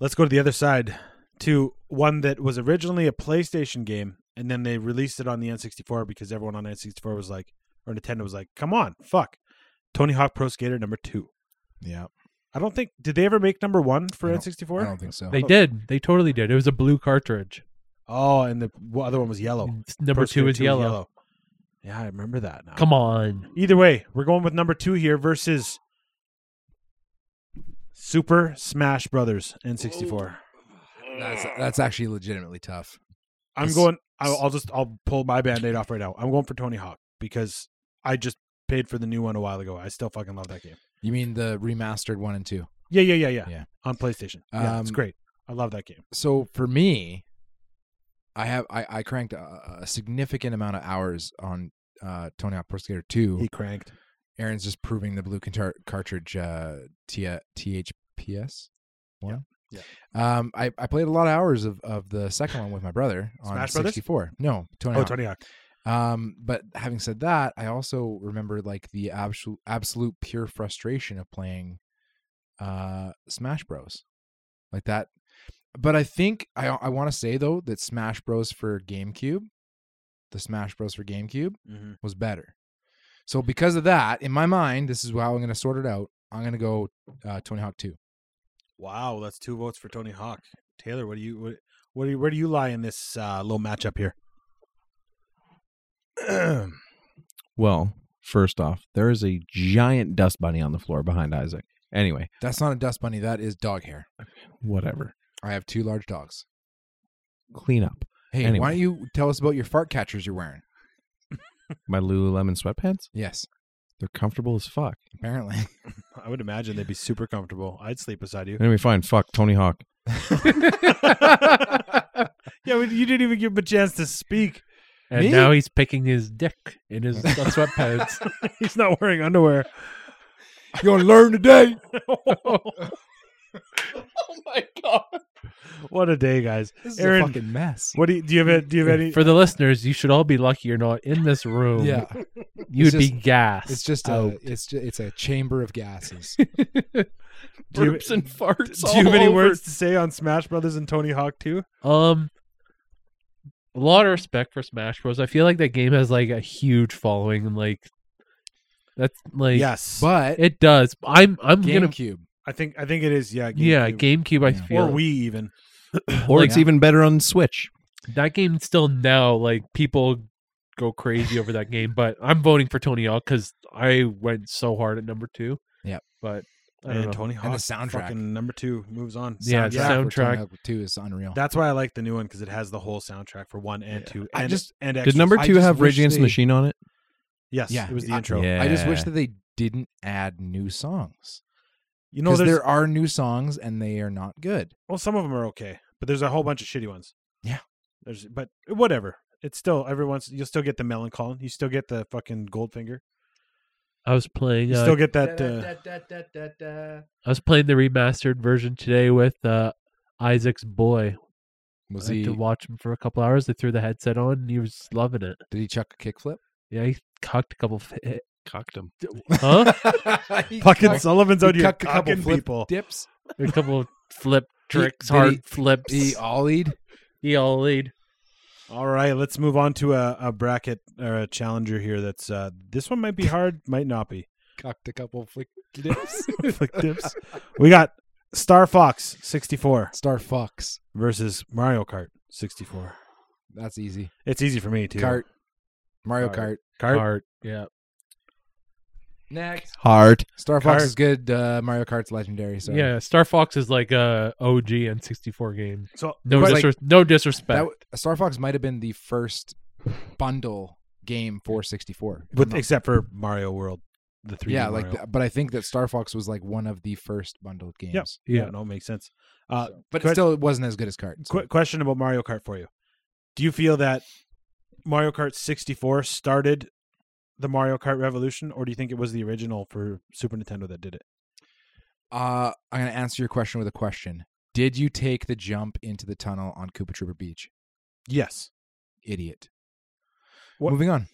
Speaker 2: Let's go to the other side to one that was originally a PlayStation game, and then they released it on the N64 because everyone on N64 was like, or Nintendo was like, "Come on, fuck." Tony Hawk Pro Skater number two.
Speaker 1: Yeah,
Speaker 2: I don't think did they ever make number one for
Speaker 1: I don't- I
Speaker 2: N64?
Speaker 1: don't think so.
Speaker 4: they did. They totally did. It was a blue cartridge.
Speaker 2: Oh, and the w- other one was yellow.
Speaker 1: Mm-hmm.
Speaker 4: Number
Speaker 2: Pro
Speaker 4: Oh, two
Speaker 2: Skater
Speaker 4: is yellow.
Speaker 2: Yeah, I remember that. Now.
Speaker 4: Come on.
Speaker 2: Either way, we're going with number two here versus Super Smash Brothers N64.
Speaker 1: Oh, that's that's actually legitimately tough.
Speaker 2: I'm
Speaker 1: This-
Speaker 2: going. I'll, I'll just I'll pull my band-aid off right now. I'm going for Tony Hawk because I just paid for the new one a while ago. I still fucking love that game.
Speaker 1: You mean the remastered one and two?
Speaker 2: Yeah, yeah, yeah, yeah.
Speaker 1: Yeah.
Speaker 2: On PlayStation. Yeah, it's
Speaker 1: Um,
Speaker 2: great. I love that game.
Speaker 1: so for me, I have I, I cranked a, a significant amount of hours on uh, Tony Hawk Pro Skater Two.
Speaker 2: He cranked.
Speaker 1: Aaron's just proving the blue contar- cartridge uh, T- THPS one.
Speaker 2: Yeah,
Speaker 1: Um, I, I played a lot of hours of, of the second one with my brother on
Speaker 2: Smash Brothers?
Speaker 1: 64. No, Tony
Speaker 2: Oh,
Speaker 1: Hawk.
Speaker 2: Tony Hawk.
Speaker 1: Um, but having said that, I also remember like the absolute absolute pure frustration of playing uh Smash Bros. Like that. But I think I I want to say though that Smash Bros for GameCube, the Smash Bros for GameCube
Speaker 2: Mm-hmm.
Speaker 1: was better. So because of that, in my mind, this is how I'm going to sort it out. I'm going to go uh, Tony Hawk 2.
Speaker 2: Wow, that's two votes for Tony Hawk. Taylor, what do you what, what do you, where do you lie in this uh, little matchup
Speaker 1: [clears throat]
Speaker 2: here?
Speaker 3: Well, first off, there is a giant dust bunny on the floor behind Isaac. Anyway,
Speaker 1: That's not a dust bunny, that is dog hair.
Speaker 3: whatever.
Speaker 1: I have two large dogs.
Speaker 3: Clean up.
Speaker 1: Hey,
Speaker 3: Anyway.
Speaker 1: why don't you tell us about your fart catchers you're wearing?
Speaker 3: My Lululemon sweatpants,
Speaker 1: Yes,
Speaker 3: they're comfortable as fuck.
Speaker 1: apparently.
Speaker 2: I would imagine [laughs] they'd be super comfortable. I'd sleep beside you.
Speaker 3: Anyway, fine. Fuck Tony Hawk.
Speaker 2: [laughs] yeah, but you didn't even give him a chance to speak.
Speaker 4: And
Speaker 1: Me?
Speaker 4: now he's picking his dick in
Speaker 2: [laughs]
Speaker 4: his sweatpants.
Speaker 2: He's not wearing underwear.
Speaker 1: You're gonna learn [laughs] today. Oh
Speaker 2: What a day, guys.
Speaker 1: This is
Speaker 2: Aaron-
Speaker 1: a fucking mess.
Speaker 2: What do you, do you have? A, do you have any?
Speaker 4: For the listeners, you should all be lucky you're not in this
Speaker 1: [laughs]
Speaker 4: room. [laughs]
Speaker 1: Yeah,
Speaker 4: You'd
Speaker 1: It's
Speaker 4: be
Speaker 1: just-
Speaker 4: gassed.
Speaker 1: it's just
Speaker 2: uh,
Speaker 1: a
Speaker 4: out.
Speaker 1: it's just, it's a chamber of gases.
Speaker 2: do you,
Speaker 3: and farts.
Speaker 2: do you have any words to say on Smash Brothers and Tony Hawk too?
Speaker 4: Um, a lot of respect for Smash Bros. I feel like that game has like a huge following, and like that's like
Speaker 2: yes, but
Speaker 1: But
Speaker 4: it does. I'm I'm gonna
Speaker 1: GameCube,
Speaker 2: I think I think it is. Yeah,
Speaker 4: yeah
Speaker 2: GameCube.
Speaker 4: GameCube. I
Speaker 1: Yeah.
Speaker 4: feel
Speaker 2: or Wii even.
Speaker 3: Or
Speaker 4: Like-
Speaker 3: it's even better on Switch.
Speaker 4: that game still now like people go crazy over that game, but I'm voting for Tony Hawk because I went so hard at number two.
Speaker 1: Yep.
Speaker 4: but I don't
Speaker 2: And
Speaker 4: know.
Speaker 2: Tony Hawk
Speaker 1: the soundtrack.
Speaker 2: fucking number two moves on.
Speaker 4: Yeah,
Speaker 1: for
Speaker 4: the
Speaker 2: Soundtrack.
Speaker 4: sound-
Speaker 1: Tony
Speaker 4: soundtrack.
Speaker 1: Hawk Two is unreal.
Speaker 2: That's why I like the new one because it has the whole soundtrack for one and two.
Speaker 1: I
Speaker 2: And,
Speaker 1: just-
Speaker 2: and
Speaker 3: Did
Speaker 2: extras.
Speaker 3: number
Speaker 1: I
Speaker 3: two
Speaker 1: just
Speaker 3: have
Speaker 1: wish
Speaker 3: Rage Against the
Speaker 1: they-
Speaker 3: Machine on it?
Speaker 2: yes,
Speaker 1: yeah,
Speaker 2: it was the
Speaker 1: I-
Speaker 2: intro.
Speaker 3: yeah.
Speaker 1: I just wish that they didn't add new songs
Speaker 2: You know,
Speaker 1: because
Speaker 2: there's
Speaker 1: there are new songs and they are not good.
Speaker 2: well, some of them are okay, but there's a whole bunch of shitty ones.
Speaker 1: Yeah.
Speaker 2: there's but whatever. It's still every once you'll still get the melancholy. You still get the fucking Goldfinger.
Speaker 4: I was playing.
Speaker 2: You
Speaker 4: Uh,
Speaker 2: still get that. Uh,
Speaker 4: I was playing the remastered version today with uh, Isaac's boy
Speaker 1: Was
Speaker 4: like,
Speaker 1: he?
Speaker 4: to watch him for a couple hours. They threw the headset on, and he was loving it.
Speaker 1: Did he chuck a kickflip?
Speaker 4: Yeah, he cocked a
Speaker 1: [laughs]
Speaker 4: couple. Fi- eh,
Speaker 5: Cocked him.
Speaker 4: huh?
Speaker 1: He
Speaker 2: Fucking
Speaker 1: cucked-
Speaker 2: Sullivan's out
Speaker 1: he
Speaker 2: here
Speaker 1: cucked a couple
Speaker 2: cucking
Speaker 1: flip
Speaker 2: people.
Speaker 1: dips.
Speaker 4: a couple of flip tricks,
Speaker 1: did [laughs]
Speaker 4: hard
Speaker 1: he-
Speaker 4: flips.
Speaker 1: He
Speaker 4: [laughs] He,
Speaker 1: ollied.
Speaker 4: all lead.
Speaker 2: All right, let's move on to a, a bracket or a challenger here. That's uh, this one might be hard, might not be. [laughs]
Speaker 1: Cocked a couple [laughs] flick dips.
Speaker 2: Flick dips. We got Star Fox sixty four
Speaker 1: Star Fox.
Speaker 2: versus Mario Kart sixty four.
Speaker 1: That's easy.
Speaker 2: It's easy for me too.
Speaker 1: Kart. Mario
Speaker 2: Kart.
Speaker 1: Kart.
Speaker 2: Kart.
Speaker 4: Yeah.
Speaker 1: Next.
Speaker 3: Heart.
Speaker 1: Star Fox
Speaker 2: Kart.
Speaker 1: is good. Uh, Mario Kart's legendary. So
Speaker 4: Yeah. Star Fox is like a OG and 64 game.
Speaker 2: So
Speaker 4: No,
Speaker 1: But,
Speaker 4: disres- no disrespect.
Speaker 1: That, w- Star Fox might have been the first bundle game for 64. if I'm
Speaker 2: with
Speaker 1: not- [laughs]
Speaker 2: except for Mario World, the three.
Speaker 1: yeah, like, th- but I think that Star Fox was like one of the first bundled games.
Speaker 2: yeah, no, it makes sense. Uh,
Speaker 1: So- but
Speaker 2: quick-
Speaker 1: it still wasn't as good as Kart. so-
Speaker 2: Quick question about Mario Kart for you. Do you feel that Mario Kart 64 started the Mario Kart revolution, or do you think it was the original for Super Nintendo that did it?
Speaker 1: Uh, I'm gonna answer your question with a question. Did you take the jump into the tunnel on Koopa Trooper Beach?
Speaker 2: Yes.
Speaker 1: Idiot.
Speaker 2: What-
Speaker 1: Moving on,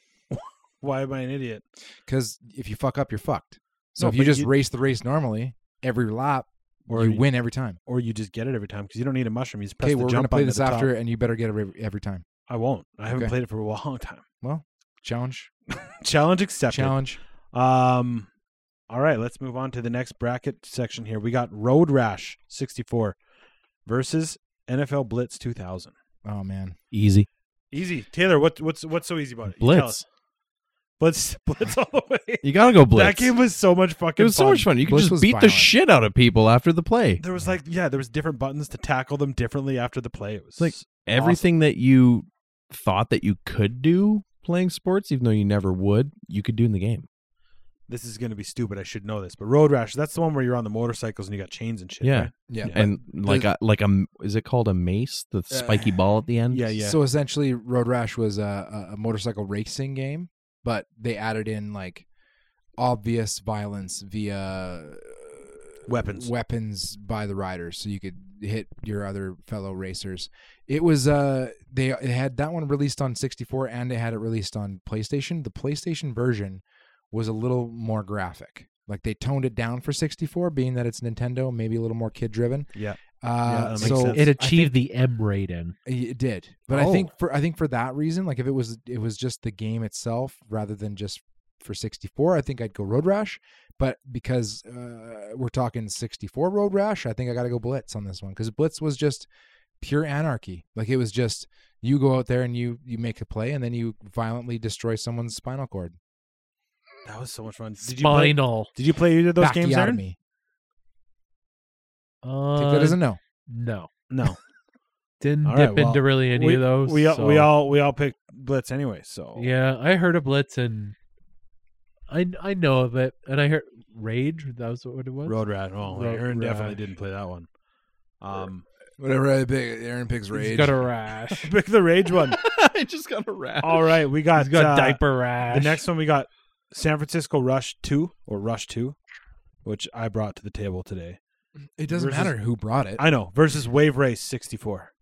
Speaker 2: Why am I an idiot?
Speaker 1: because if you fuck up, you're fucked. So
Speaker 2: No,
Speaker 1: if
Speaker 2: but
Speaker 1: you just
Speaker 2: you-
Speaker 1: race the race normally, every lap,
Speaker 2: Or
Speaker 1: you win every time.
Speaker 2: or you just get it every time because you don't need a mushroom. You just press
Speaker 1: Okay,
Speaker 2: the
Speaker 1: we're
Speaker 2: jump
Speaker 1: gonna play
Speaker 2: button
Speaker 1: this
Speaker 2: at the top.
Speaker 1: after, and you better get it every- every time.
Speaker 2: I won't. I haven't
Speaker 1: Okay.
Speaker 2: played it for a [laughs] long time.
Speaker 1: Challenge,
Speaker 2: Challenge accepted.
Speaker 1: challenge.
Speaker 2: Um, all right, let's move on to the next bracket section here. We got Road Rash 64 versus NFL Blitz 2000.
Speaker 1: Oh man,
Speaker 3: Easy.
Speaker 2: Easy, Taylor. What, what's what's so easy about it? You tell us.
Speaker 3: Blitz.
Speaker 2: Blitz, blitz all the [laughs] way.
Speaker 3: You gotta go blitz.
Speaker 2: That game was so much fucking.
Speaker 3: it was so much fun. You could
Speaker 1: Blitz
Speaker 3: just
Speaker 1: was
Speaker 3: beat the
Speaker 1: violent.
Speaker 3: shit out of people after the play.
Speaker 2: There was like, yeah, there was different buttons to tackle them differently after the play. It was
Speaker 3: Like- Everything that you thought that you could do playing sports, even though you never would, you could do in the game.
Speaker 2: this is going to be stupid. I should know this, but Road Rash. That's the one where you're on the motorcycles and you got chains and shit.
Speaker 3: Yeah.
Speaker 2: right?
Speaker 1: yeah.
Speaker 3: and like a like a is it called a mace? The spiky ball at the end.
Speaker 2: Uh, [laughs]
Speaker 3: [laughs]
Speaker 2: yeah, yeah.
Speaker 1: So essentially, Road Rash was a, a- a motorcycle racing game, but they added in like obvious violence via uh,
Speaker 2: Weapons.
Speaker 1: weapons by the riders, so you could hit your other fellow racers. It was uh they it had that one released on 64 and they had it released on PlayStation. The PlayStation version was a little more graphic. Like they toned it down for 64, being that it's Nintendo, maybe a little more kid driven.
Speaker 2: Yeah. Yeah,
Speaker 1: Uh,
Speaker 2: that makes
Speaker 1: so
Speaker 2: sense.
Speaker 1: I
Speaker 4: it
Speaker 1: think-
Speaker 4: achieved the M rating.
Speaker 1: it did, but I
Speaker 3: Oh.
Speaker 1: think for I think for that reason, like if it was it was just the game itself rather than just for 64, I think I'd go Road Rash. But because uh, we're talking 64 Road Rash, I think I got to go Blitz on this one because Blitz was just pure anarchy. Like it was just you go out there and you you make a play and then you violently destroy someone's spinal cord.
Speaker 2: that was so much fun. Did you play?
Speaker 4: Spinal.
Speaker 2: Did you play either of those
Speaker 1: Back you
Speaker 2: games?
Speaker 1: out of
Speaker 2: Aaron?
Speaker 1: me. Take
Speaker 4: Uh,
Speaker 1: that as a no.
Speaker 4: no.
Speaker 2: No.
Speaker 4: Didn't
Speaker 2: All right,
Speaker 4: dip
Speaker 2: well,
Speaker 4: into really any
Speaker 2: we,
Speaker 4: of those.
Speaker 2: We all, we
Speaker 4: so-
Speaker 2: all we all picked Blitz anyway. So
Speaker 4: Yeah, I heard of Blitz and I I know of it, and I heard Rage. That was what it was.
Speaker 2: Road Rash. Oh,
Speaker 4: Road
Speaker 2: Aaron definitely
Speaker 4: Rash.
Speaker 2: didn't play that one. Um,
Speaker 1: Whatever I pick, Aaron picks
Speaker 4: He's got a
Speaker 2: [laughs]
Speaker 4: rash.
Speaker 2: pick the Rage
Speaker 4: [laughs]
Speaker 2: one.
Speaker 3: I just got a rat.
Speaker 2: All right, we got,
Speaker 4: He's got
Speaker 2: uh,
Speaker 4: diaper rash.
Speaker 2: The next one we got San Francisco Rush 2 or Rush 2, which I brought to the table today.
Speaker 1: It doesn't
Speaker 2: Versus-
Speaker 1: matter who brought it.
Speaker 2: I know, versus Wave Race 64.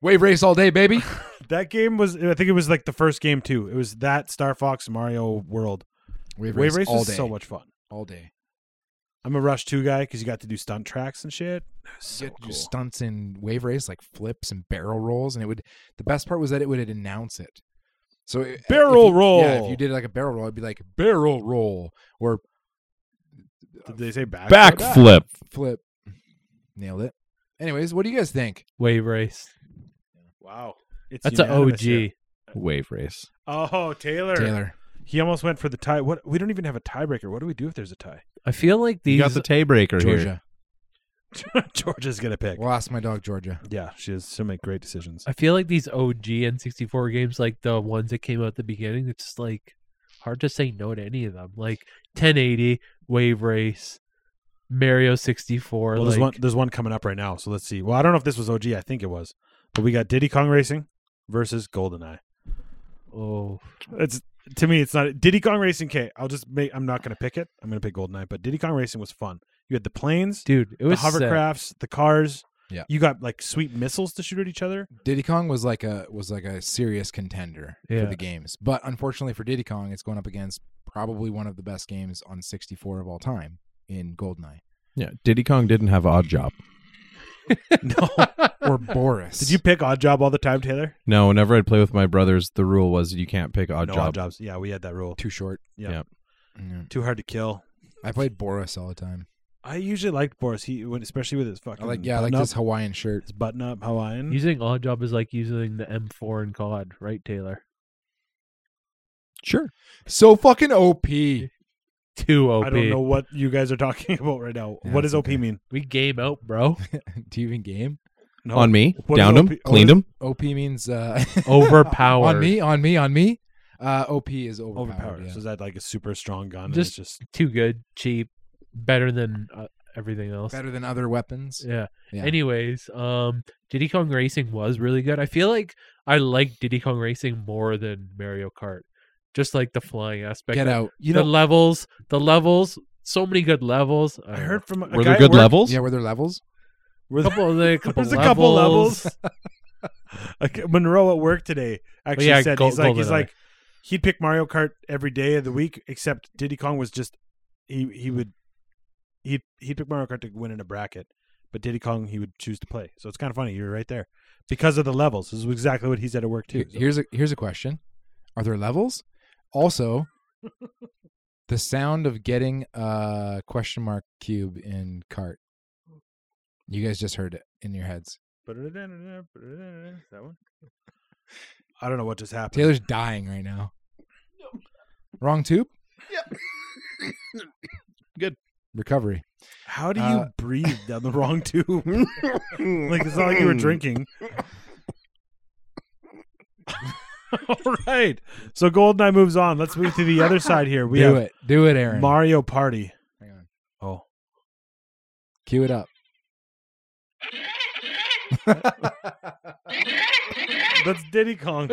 Speaker 1: Wave race all day, baby.
Speaker 2: That game was I think it was like the first game too. It was that Star Fox Mario World.
Speaker 1: Wave,
Speaker 2: Wave
Speaker 1: race
Speaker 2: Race
Speaker 1: all
Speaker 2: was
Speaker 1: day.
Speaker 2: so much fun.
Speaker 1: all day.
Speaker 2: I'm a Rush 2 guy cuz you got to do stunt tracks and shit. It was so
Speaker 1: get do
Speaker 2: cool.
Speaker 1: stunts in wave race like flips and barrel rolls and it would the best part was that it would announce it so it- if
Speaker 2: Barrel
Speaker 1: you- yeah if
Speaker 2: roll.
Speaker 1: you did like a barrel roll it'd be like barrel roll or
Speaker 2: Did they say back?
Speaker 3: Backflip.
Speaker 1: flip nailed it anyways what do you guys think
Speaker 4: Wave Race.
Speaker 2: Wow. It's
Speaker 4: That's an
Speaker 2: unanimous
Speaker 4: OG.
Speaker 2: here.
Speaker 3: Wave race.
Speaker 2: Oh, Taylor.
Speaker 1: taylor
Speaker 2: He almost went for the tie. What we don't even have a tiebreaker. What do we do if there's a tie? [laughs]
Speaker 4: I feel like
Speaker 3: You
Speaker 4: these.
Speaker 3: got the tiebreaker here.
Speaker 1: georgia
Speaker 2: Georgia's going to pick.
Speaker 1: we'll ask my dog georgia
Speaker 2: Yeah, she has so many great decisions.
Speaker 4: I feel like these OG N64 games, like the ones that came out at the beginning, it's just like hard to say no to any of them. Like 1080, Wave Race, Mario 64.
Speaker 2: Well,
Speaker 4: like,
Speaker 2: there's one there's one coming up right now, so let's see. Well, I don't know if this was OG. I think it was, but we got Diddy Kong Racing versus GoldenEye.
Speaker 4: oh,
Speaker 2: It's to me, it's not Diddy Kong Racing. Okay, I'll just make. I'm not gonna pick it. I'm gonna pick GoldenEye. But Diddy Kong Racing was fun. You had the planes,
Speaker 4: dude, it
Speaker 2: the
Speaker 4: was uh, sick.
Speaker 2: hovercrafts, the cars.
Speaker 1: Yeah.
Speaker 2: You got like sweet missiles to shoot at each other.
Speaker 1: Diddy Kong was like a was like a serious contender
Speaker 4: Yeah.
Speaker 1: for the games, but unfortunately for Diddy Kong, it's going up against probably one of the best games on 64 of all time in Goldeneye
Speaker 3: Yeah, Diddy Kong didn't have Odd Job.
Speaker 2: No. [laughs]
Speaker 1: or Boris.
Speaker 2: Did you pick odd job all the time, Taylor?
Speaker 3: No, whenever I'd play with my brothers, the rule was you can't pick Odd
Speaker 2: no
Speaker 3: Job.
Speaker 2: odd jobs. Yeah, we had that rule.
Speaker 1: too short?
Speaker 2: Yeah.
Speaker 3: Yeah.
Speaker 1: Yeah.
Speaker 2: Too hard to kill.
Speaker 1: I played Boris all the time.
Speaker 2: I usually liked Boris. He when especially with his
Speaker 1: I
Speaker 2: fucking
Speaker 1: like yeah, I like
Speaker 2: button
Speaker 1: this
Speaker 2: up,
Speaker 1: Hawaiian shirt.
Speaker 2: his button up Hawaiian.
Speaker 4: [laughs] Using odd job is like using the M4 in COD, right, Taylor?
Speaker 3: Sure.
Speaker 1: So fucking OP.
Speaker 4: Too OP.
Speaker 2: I don't know what you guys are talking [laughs] about right now.
Speaker 1: Yeah,
Speaker 2: what
Speaker 1: it's
Speaker 2: does OP
Speaker 1: okay.
Speaker 2: mean?
Speaker 4: We game out,
Speaker 2: [laughs]
Speaker 4: bro.
Speaker 1: [laughs] Do you even game?
Speaker 2: No.
Speaker 3: On me,
Speaker 2: What
Speaker 3: downed
Speaker 2: is
Speaker 3: him,
Speaker 2: OP?
Speaker 3: cleaned him.
Speaker 1: OP means uh [laughs]
Speaker 4: Overpowered.
Speaker 1: on me, on me, on me. Uh OP is overpowered.
Speaker 2: overpowered.
Speaker 1: yeah.
Speaker 2: So is that like a super strong gun?
Speaker 4: Just-
Speaker 2: and it's just
Speaker 4: Too good, cheap, better than uh, everything else.
Speaker 1: Better than other weapons.
Speaker 4: Yeah.
Speaker 1: Yeah.
Speaker 4: Anyways, um, Diddy Kong Racing was really good. I feel like I like Diddy Kong Racing more than Mario Kart. Just like the flying aspect.
Speaker 1: Get out.
Speaker 2: you
Speaker 4: the
Speaker 2: know.
Speaker 4: levels, the levels, so many good levels.
Speaker 2: I heard from a guy
Speaker 3: Were there
Speaker 2: at
Speaker 3: good
Speaker 2: work-
Speaker 3: levels?
Speaker 1: Yeah, were there levels?
Speaker 2: were
Speaker 4: a
Speaker 2: there-
Speaker 4: couple
Speaker 2: [laughs]
Speaker 4: of the couple
Speaker 2: There's a couple
Speaker 4: levels.
Speaker 2: levels. [laughs] Like, Monroe at work today actually
Speaker 4: yeah,
Speaker 2: said
Speaker 4: Gol-
Speaker 2: he's like he's
Speaker 4: GoldenEye.
Speaker 2: like he'd pick Mario Kart every day of the week except Diddy Kong was just he he would he he'd pick Mario Kart to win in a bracket, but Diddy Kong he would choose to play. So it's kind of funny. You're right there because of the levels. This is exactly what he said at work too.
Speaker 1: Here-
Speaker 2: So-
Speaker 1: Here's a here's a question. Are there levels? Also, the sound of getting a question mark cube in cart. You guys just heard it in your heads.
Speaker 2: that one. I don't know what just happened.
Speaker 1: Taylor's dying right now. Wrong tube?
Speaker 3: Good.
Speaker 1: Recovery.
Speaker 2: How do you
Speaker 1: Uh,
Speaker 2: breathe down the
Speaker 1: [laughs]
Speaker 2: wrong tube? [laughs] like it's not like you were drinking. [laughs] All right. So Goldeneye moves on. Let's move to the other side here. We
Speaker 1: Do
Speaker 2: have
Speaker 1: it. Do it, Aaron.
Speaker 2: Mario Party.
Speaker 1: Hang on.
Speaker 2: Oh.
Speaker 1: Cue it up.
Speaker 2: That's Diddy Kong.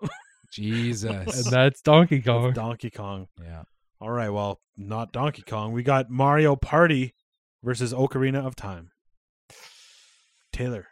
Speaker 4: And
Speaker 1: Jesus.
Speaker 4: that's Donkey
Speaker 2: That's
Speaker 4: Kong.
Speaker 2: Donkey Kong.
Speaker 1: yeah.
Speaker 2: All right, well, not Donkey Kong. We got Mario Party versus Ocarina of Time. Taylor.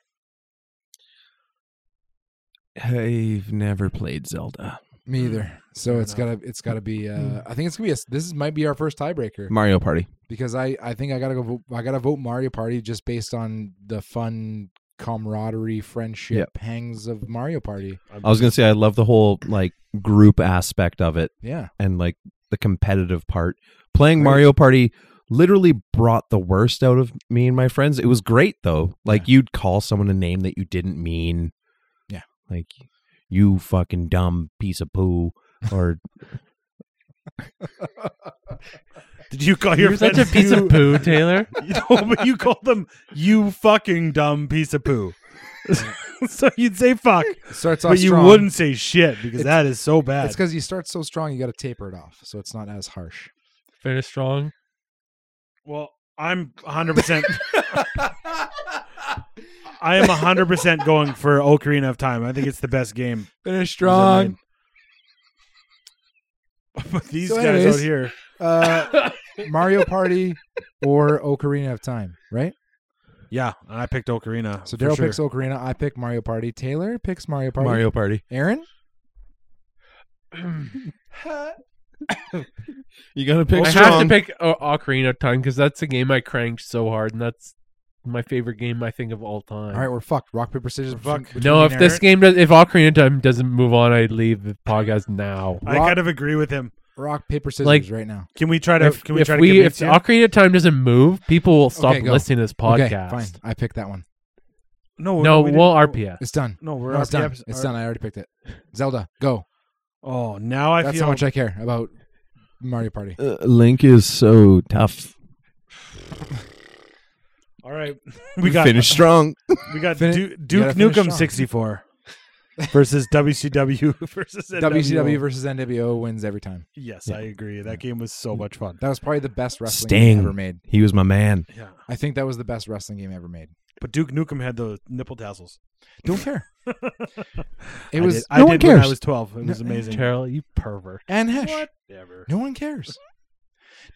Speaker 3: I've never played Zelda.
Speaker 1: Me either. So
Speaker 2: Fair
Speaker 1: it's gotta
Speaker 2: enough. Hmm.
Speaker 1: it's gotta be uh I think it's gonna be a s- this is, might be our first tiebreaker.
Speaker 3: Mario Party.
Speaker 1: because I I think I gotta go. Vote, I gotta vote Mario Party just based on the fun camaraderie, friendship, hangs of Mario Party.
Speaker 3: I was gonna say I love the whole like group aspect of it
Speaker 1: Yeah,
Speaker 3: and like the competitive part. Playing
Speaker 1: Right.
Speaker 3: Mario Party literally brought the worst out of me and my friends. It was great though. Like you'd call someone a name that you didn't mean.
Speaker 1: Yeah.
Speaker 3: Like you fucking dumb piece of poo or
Speaker 2: Did you call your
Speaker 4: You're such a
Speaker 2: friends
Speaker 4: piece
Speaker 2: you- [laughs]
Speaker 4: of poo, Taylor.
Speaker 2: You know, but you call them you fucking dumb piece of poo. [laughs] so you'd say fuck,
Speaker 1: it starts off.
Speaker 2: but you
Speaker 1: strong.
Speaker 2: wouldn't say shit because
Speaker 1: It's-
Speaker 2: that is so bad.
Speaker 1: It's because you start so strong, you got to taper it off, so it's not as harsh.
Speaker 4: Finish strong.
Speaker 2: well, I'm 100. percent I am 100 percent going for Ocarina of Time. I think it's the best game.
Speaker 1: Finish
Speaker 2: [laughs] But these
Speaker 1: So
Speaker 2: guys
Speaker 1: anyways-
Speaker 2: out here,
Speaker 1: Uh, Mario Party or Ocarina of Time, right?
Speaker 2: yeah. And I picked Ocarina.
Speaker 1: So
Speaker 2: for
Speaker 1: Daryl
Speaker 2: sure.
Speaker 1: picks Ocarina. I pick Mario Party. Taylor picks Mario Party.
Speaker 3: Mario [laughs] Party.
Speaker 1: Aaron,
Speaker 3: You gotta pick
Speaker 4: I have to
Speaker 3: strong.
Speaker 4: pick O- Ocarina of Time because that's a game I cranked so hard, and that's my favorite game I think of all time.
Speaker 1: all right, we're fucked. Rock paper scissors.
Speaker 2: Fuck.
Speaker 1: between-
Speaker 4: no, if
Speaker 1: between
Speaker 4: this game does, if Ocarina of Time doesn't move on, I leave the podcast now.
Speaker 2: I
Speaker 1: Rock-
Speaker 2: kind of agree with him.
Speaker 1: rock paper scissors
Speaker 4: Like-
Speaker 1: right now.
Speaker 2: Can we try to?
Speaker 4: if
Speaker 2: can we
Speaker 4: if
Speaker 2: try to
Speaker 4: we
Speaker 2: convince
Speaker 4: if the
Speaker 2: you?
Speaker 4: Ocarina of Time doesn't move, people will stop
Speaker 1: Okay, go.
Speaker 4: listening to this
Speaker 1: Okay,
Speaker 4: podcast.
Speaker 1: fine. I picked that one.
Speaker 2: no,
Speaker 4: No,
Speaker 2: we
Speaker 4: we
Speaker 2: didn't-
Speaker 4: will RPS.
Speaker 1: It's done.
Speaker 2: No, we're
Speaker 1: No, it's done.
Speaker 2: RPS.
Speaker 1: It's done. I already picked it. Zelda, go.
Speaker 2: Oh, now I
Speaker 1: That's
Speaker 2: feel
Speaker 1: how much I care about Mario Party.
Speaker 3: Uh, Link is so tough.
Speaker 1: [laughs]
Speaker 2: All right, we got
Speaker 3: finish strong.
Speaker 2: we got
Speaker 1: Fini-
Speaker 2: Du-
Speaker 1: gotta
Speaker 2: Duke
Speaker 1: finish
Speaker 2: Nukem
Speaker 1: strong. [laughs]
Speaker 2: sixty four versus WCW [laughs] versus NWO.
Speaker 1: WCW versus NWO wins every time.
Speaker 2: Yes,
Speaker 3: Yeah.
Speaker 2: I agree. That game was so much fun.
Speaker 1: That was probably the best wrestling
Speaker 3: Sting.
Speaker 1: game ever made.
Speaker 3: He was my man.
Speaker 2: Yeah,
Speaker 1: I think that was the best wrestling game ever made.
Speaker 2: but Duke Nukem had the nipple tassels.
Speaker 1: Don't
Speaker 2: [laughs]
Speaker 1: care.
Speaker 2: I
Speaker 1: It was
Speaker 2: did- I
Speaker 3: no
Speaker 2: did
Speaker 3: one
Speaker 2: when I
Speaker 3: cares.
Speaker 2: was twelve. It
Speaker 1: No,
Speaker 2: was amazing.
Speaker 4: Terrell, you pervert.
Speaker 1: Anne Hesh.
Speaker 2: Whatever. [laughs]
Speaker 1: No one cares.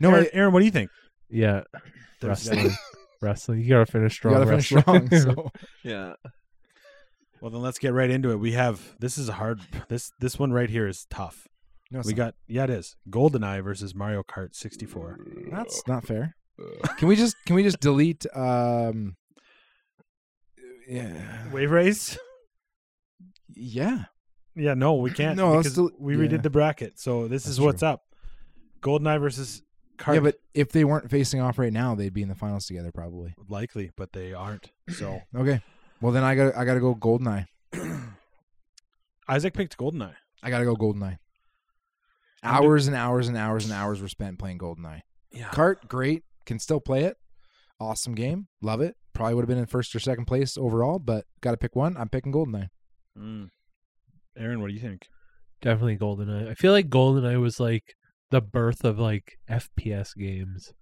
Speaker 1: No,
Speaker 2: No, Aaron,
Speaker 1: I,
Speaker 2: Aaron, what do you think?
Speaker 4: Yeah,
Speaker 2: [laughs] There's
Speaker 4: wrestling. [laughs] wrestling. You gotta finish
Speaker 1: You
Speaker 4: strong.
Speaker 1: gotta finish
Speaker 4: wrestling.
Speaker 1: strong. So
Speaker 4: yeah.
Speaker 2: [laughs] Well, then let's get right into it. We have this is a hard this this one right here is tough.
Speaker 1: no, it's
Speaker 2: We got yeah, it is Goldeneye versus Mario
Speaker 1: [sighs]
Speaker 2: Kart 64.
Speaker 1: not, that's not
Speaker 2: [laughs]
Speaker 1: fair. Can we just can we just delete um yeah
Speaker 2: Wave race?
Speaker 1: yeah
Speaker 2: Yeah, no, we can't.
Speaker 1: No, let's
Speaker 2: because
Speaker 1: del-
Speaker 2: we
Speaker 1: yeah.
Speaker 2: redid the bracket, so this is
Speaker 1: That's
Speaker 2: what's up. Goldeneye versus Kart.
Speaker 1: yeah but if they weren't facing off right now they'd be in the finals together probably
Speaker 2: likely, but they aren't.
Speaker 1: [clears throat]
Speaker 2: So
Speaker 1: okay well then I got to I gotta go Goldeneye
Speaker 2: Isaac picked Goldeneye.
Speaker 1: I gotta go Goldeneye
Speaker 2: I'm do-
Speaker 1: hours and hours and hours and hours were spent playing Goldeneye
Speaker 2: Yeah,
Speaker 1: Cart, great. Can still play it. Awesome game. Love it. Probably would have been in first or second place overall, but got to pick one. I'm picking Goldeneye.
Speaker 2: Mm. Aaron, what do you think?
Speaker 4: [laughs] Definitely Goldeneye. I feel like Goldeneye was like the birth of like FPS games.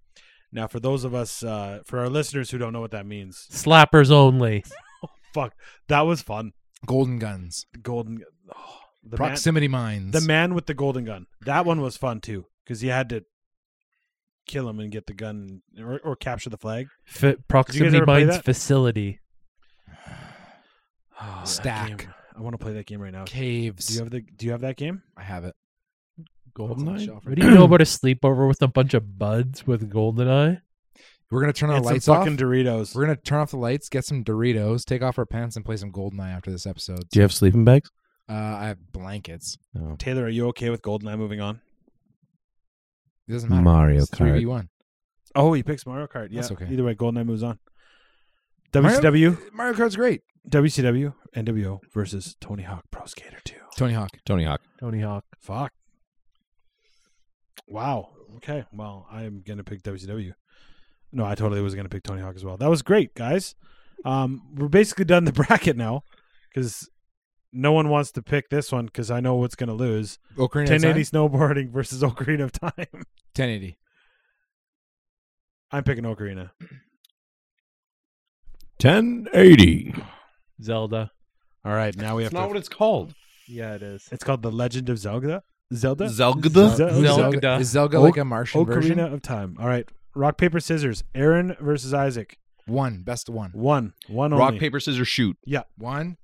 Speaker 2: Now, for those of us, uh, for our listeners who don't know what that means,
Speaker 4: Slappers only.
Speaker 2: fuck, that was fun.
Speaker 1: Golden Guns.
Speaker 2: The golden, oh, the man,
Speaker 1: Proximity Mines.
Speaker 2: the man with the golden gun. That one was fun too, because you had to kill him and get the gun or, or capture the flag.
Speaker 4: F- proximity
Speaker 2: ever play
Speaker 4: Mines
Speaker 2: that?
Speaker 4: facility.
Speaker 1: Ah,
Speaker 2: Oh, that
Speaker 1: Stack.
Speaker 2: game. I want to play that game right now.
Speaker 1: [sighs]
Speaker 2: Do
Speaker 1: Caves.
Speaker 2: you have the? Do you have that game?
Speaker 1: I have it.
Speaker 3: Goldeneye?
Speaker 4: What do you know about a sleepover with a bunch of buds with Goldeneye?
Speaker 1: We're gonna turn our
Speaker 2: Get some
Speaker 1: lights off.
Speaker 2: fucking Doritos.
Speaker 1: We're gonna turn off the lights, get some Doritos, take off our pants, and play some Goldeneye after this episode.
Speaker 3: Do you have sleeping bags?
Speaker 1: Uh, I have blankets.
Speaker 3: No.
Speaker 2: Taylor, are you okay with Goldeneye moving on?
Speaker 1: It doesn't matter.
Speaker 3: Mario
Speaker 1: it's three v
Speaker 3: Kart.
Speaker 1: one.
Speaker 2: Oh, he picks Mario Kart. Yeah,
Speaker 1: That's okay.
Speaker 2: Either way, Goldeneye moves on.
Speaker 1: Mario-
Speaker 2: WCW,
Speaker 1: Mario Kart's great.
Speaker 2: WCW, NWO versus Tony Hawk Pro Skater 2.
Speaker 1: Tony Hawk.
Speaker 3: Tony Hawk.
Speaker 4: Tony Hawk.
Speaker 2: Fuck. Wow. Okay. Well, I'm gonna pick WCW. No, I totally was gonna pick Tony Hawk as well. That was great, guys. Um, we're basically done the [laughs] bracket now because no one wants to pick this one because I know what's gonna lose.
Speaker 1: Ocarina. of
Speaker 2: 1080
Speaker 1: Time?
Speaker 2: snowboarding [laughs] versus Ocarina of Time. [laughs]
Speaker 1: 1080.
Speaker 2: I'm picking Ocarina.
Speaker 3: 1080.
Speaker 4: Zelda.
Speaker 2: All right. Now we have to.
Speaker 3: it's called.
Speaker 4: Yeah, it is.
Speaker 2: It's called The Legend of Zelda. Zelda.
Speaker 3: Zelda?
Speaker 2: Zel-
Speaker 4: Zelda.
Speaker 1: Zelda. Is Zelda
Speaker 2: O-
Speaker 1: like a Martian
Speaker 2: Ocarina
Speaker 1: version?
Speaker 2: of Time. All right. Rock paper scissors. Aaron versus Isaac.
Speaker 1: One. Best of one.
Speaker 2: One. One
Speaker 3: Rock,
Speaker 2: only.
Speaker 3: paper, scissors, shoot.
Speaker 1: One,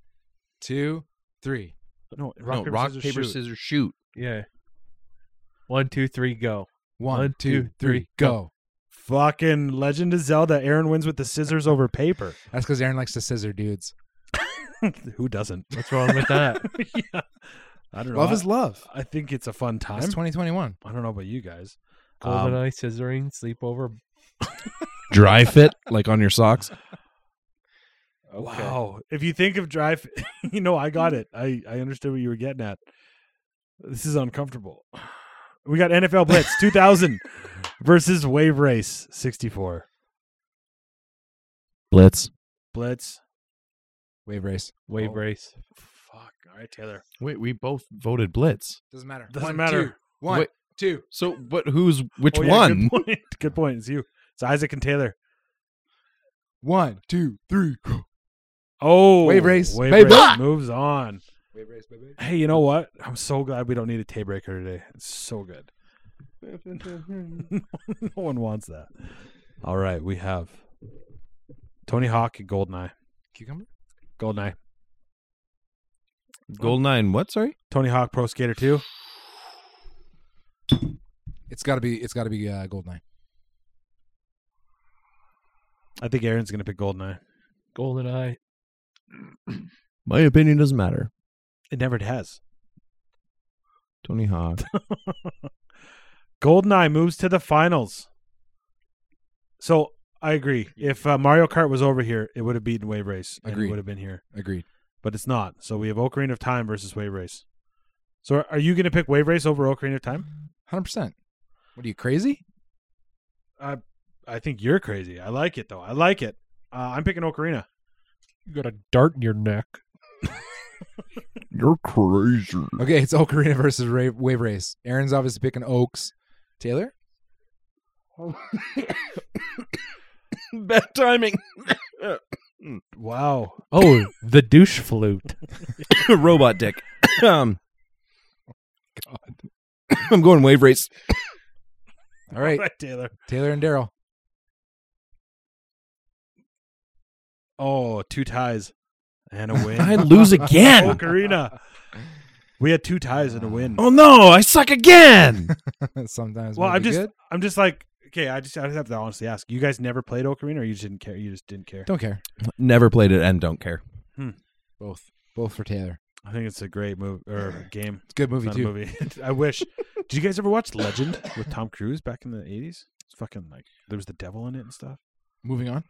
Speaker 1: two, three.
Speaker 2: No. Rock
Speaker 3: no,
Speaker 2: paper
Speaker 3: rock,
Speaker 2: scissors.
Speaker 3: paper,
Speaker 2: shoot.
Speaker 3: scissors, shoot.
Speaker 4: Yeah. One, two, three, go.
Speaker 1: One,
Speaker 4: One,
Speaker 1: two,
Speaker 4: two,
Speaker 1: three,
Speaker 4: three,
Speaker 1: go.
Speaker 2: Fucking Legend of Zelda. Aaron wins with the scissors
Speaker 1: [laughs]
Speaker 2: over paper. [laughs]
Speaker 1: That's because Aaron likes to scissor dudes.
Speaker 2: Who doesn't?
Speaker 4: What's wrong with
Speaker 3: [laughs]
Speaker 4: that? [laughs]
Speaker 2: yeah. I don't know.
Speaker 1: Love
Speaker 2: I,
Speaker 1: is love.
Speaker 2: I think it's a fun
Speaker 1: It's
Speaker 2: time.
Speaker 1: 2021.
Speaker 2: I don't know about you guys. Um,
Speaker 4: Goldeneye, scissoring, sleepover.
Speaker 3: Dry fit, like on your socks.
Speaker 2: Wow. If you think of drive, [laughs] you know, I got it. I, I understood what you were getting at. This is uncomfortable. [sighs] We got NFL Blitz
Speaker 1: [laughs]
Speaker 2: 2000 versus Wave Race 64.
Speaker 3: Blitz.
Speaker 2: Blitz.
Speaker 1: Wave race.
Speaker 4: Wave
Speaker 2: Oh.
Speaker 4: race.
Speaker 2: Fuck. All right, Taylor.
Speaker 3: Wait, we both voted Blitz.
Speaker 1: Doesn't matter.
Speaker 2: Doesn't matter.
Speaker 1: two, one,
Speaker 3: Wait.
Speaker 1: two.
Speaker 3: So, but who's which
Speaker 2: Oh, yeah,
Speaker 3: one?
Speaker 2: Good point. [laughs] good point. It's you. It's Isaac and Taylor.
Speaker 1: One, two, three, go.
Speaker 2: Oh,
Speaker 1: Wave race, Ah!
Speaker 2: Wave
Speaker 1: baby.
Speaker 2: race moves on.
Speaker 1: Wave race, baby.
Speaker 2: Hey, you know what? I'm so glad we don't need a tiebreaker today. It's so good. [laughs] no one wants that. All right, we have Tony Hawk and Goldeneye.
Speaker 1: Cucumber?
Speaker 2: Goldeneye.
Speaker 3: Gold nine. What? Sorry.
Speaker 2: Tony Hawk Pro Skater 2.
Speaker 1: It's gotta be it's gotta be uh Goldeneye.
Speaker 2: I think Aaron's going to pick Goldeneye.
Speaker 4: Goldeneye.
Speaker 3: My opinion doesn't matter.
Speaker 2: It never has.
Speaker 3: Tony Hawk.
Speaker 2: Goldeneye moves to the finals. So I agree. If uh, Mario Kart was over here, it would have beaten Wave Race. and
Speaker 1: Agreed.
Speaker 2: It would have been here,
Speaker 1: Agreed.
Speaker 2: but it's not. So we have Ocarina of Time versus Wave Race. So are you going to pick Wave Race over Ocarina of Time?
Speaker 1: Hundred percent. What are you crazy?
Speaker 2: I think you're crazy. I like it though. I like it. Uh, I'm picking Ocarina.
Speaker 4: You got a dart in your
Speaker 3: [laughs]
Speaker 4: neck.
Speaker 3: You're crazy.
Speaker 1: Okay, it's Ocarina versus Ra- Wave Race. Aaron's obviously picking Oaks. Taylor?
Speaker 3: [laughs] Bad timing. [laughs]
Speaker 2: Wow. [laughs]
Speaker 4: Oh, the douche flute.
Speaker 3: Robot dick. um, [coughs] God. I'm going wave race.
Speaker 1: All right.
Speaker 2: Right, Taylor.
Speaker 1: Taylor and Daryl.
Speaker 2: Oh, two ties [laughs] and a win.
Speaker 3: I
Speaker 2: [laughs]
Speaker 3: lose again.
Speaker 2: Ocarina. We had two ties and a win.
Speaker 3: Oh no, I suck again.
Speaker 1: [laughs] Sometimes.
Speaker 2: well,
Speaker 1: we'll
Speaker 2: I'm
Speaker 1: be
Speaker 2: just
Speaker 1: good.
Speaker 2: I'm just like okay. I just I just have to honestly ask. You guys never played Ocarina, or you just didn't care. You just didn't care.
Speaker 1: don't care.
Speaker 3: [laughs] Never played it and
Speaker 2: [laughs]
Speaker 3: don't care.
Speaker 1: Both, both for Taylor.
Speaker 2: I think it's a great movie [sighs] or game.
Speaker 1: It's a good
Speaker 2: It's
Speaker 1: movie
Speaker 2: not a
Speaker 1: too.
Speaker 2: movie. [laughs] I wish. Did you guys ever watch Legend with Tom Cruise back in the eighties? It's fucking like there was the devil in it and stuff.
Speaker 1: Moving on.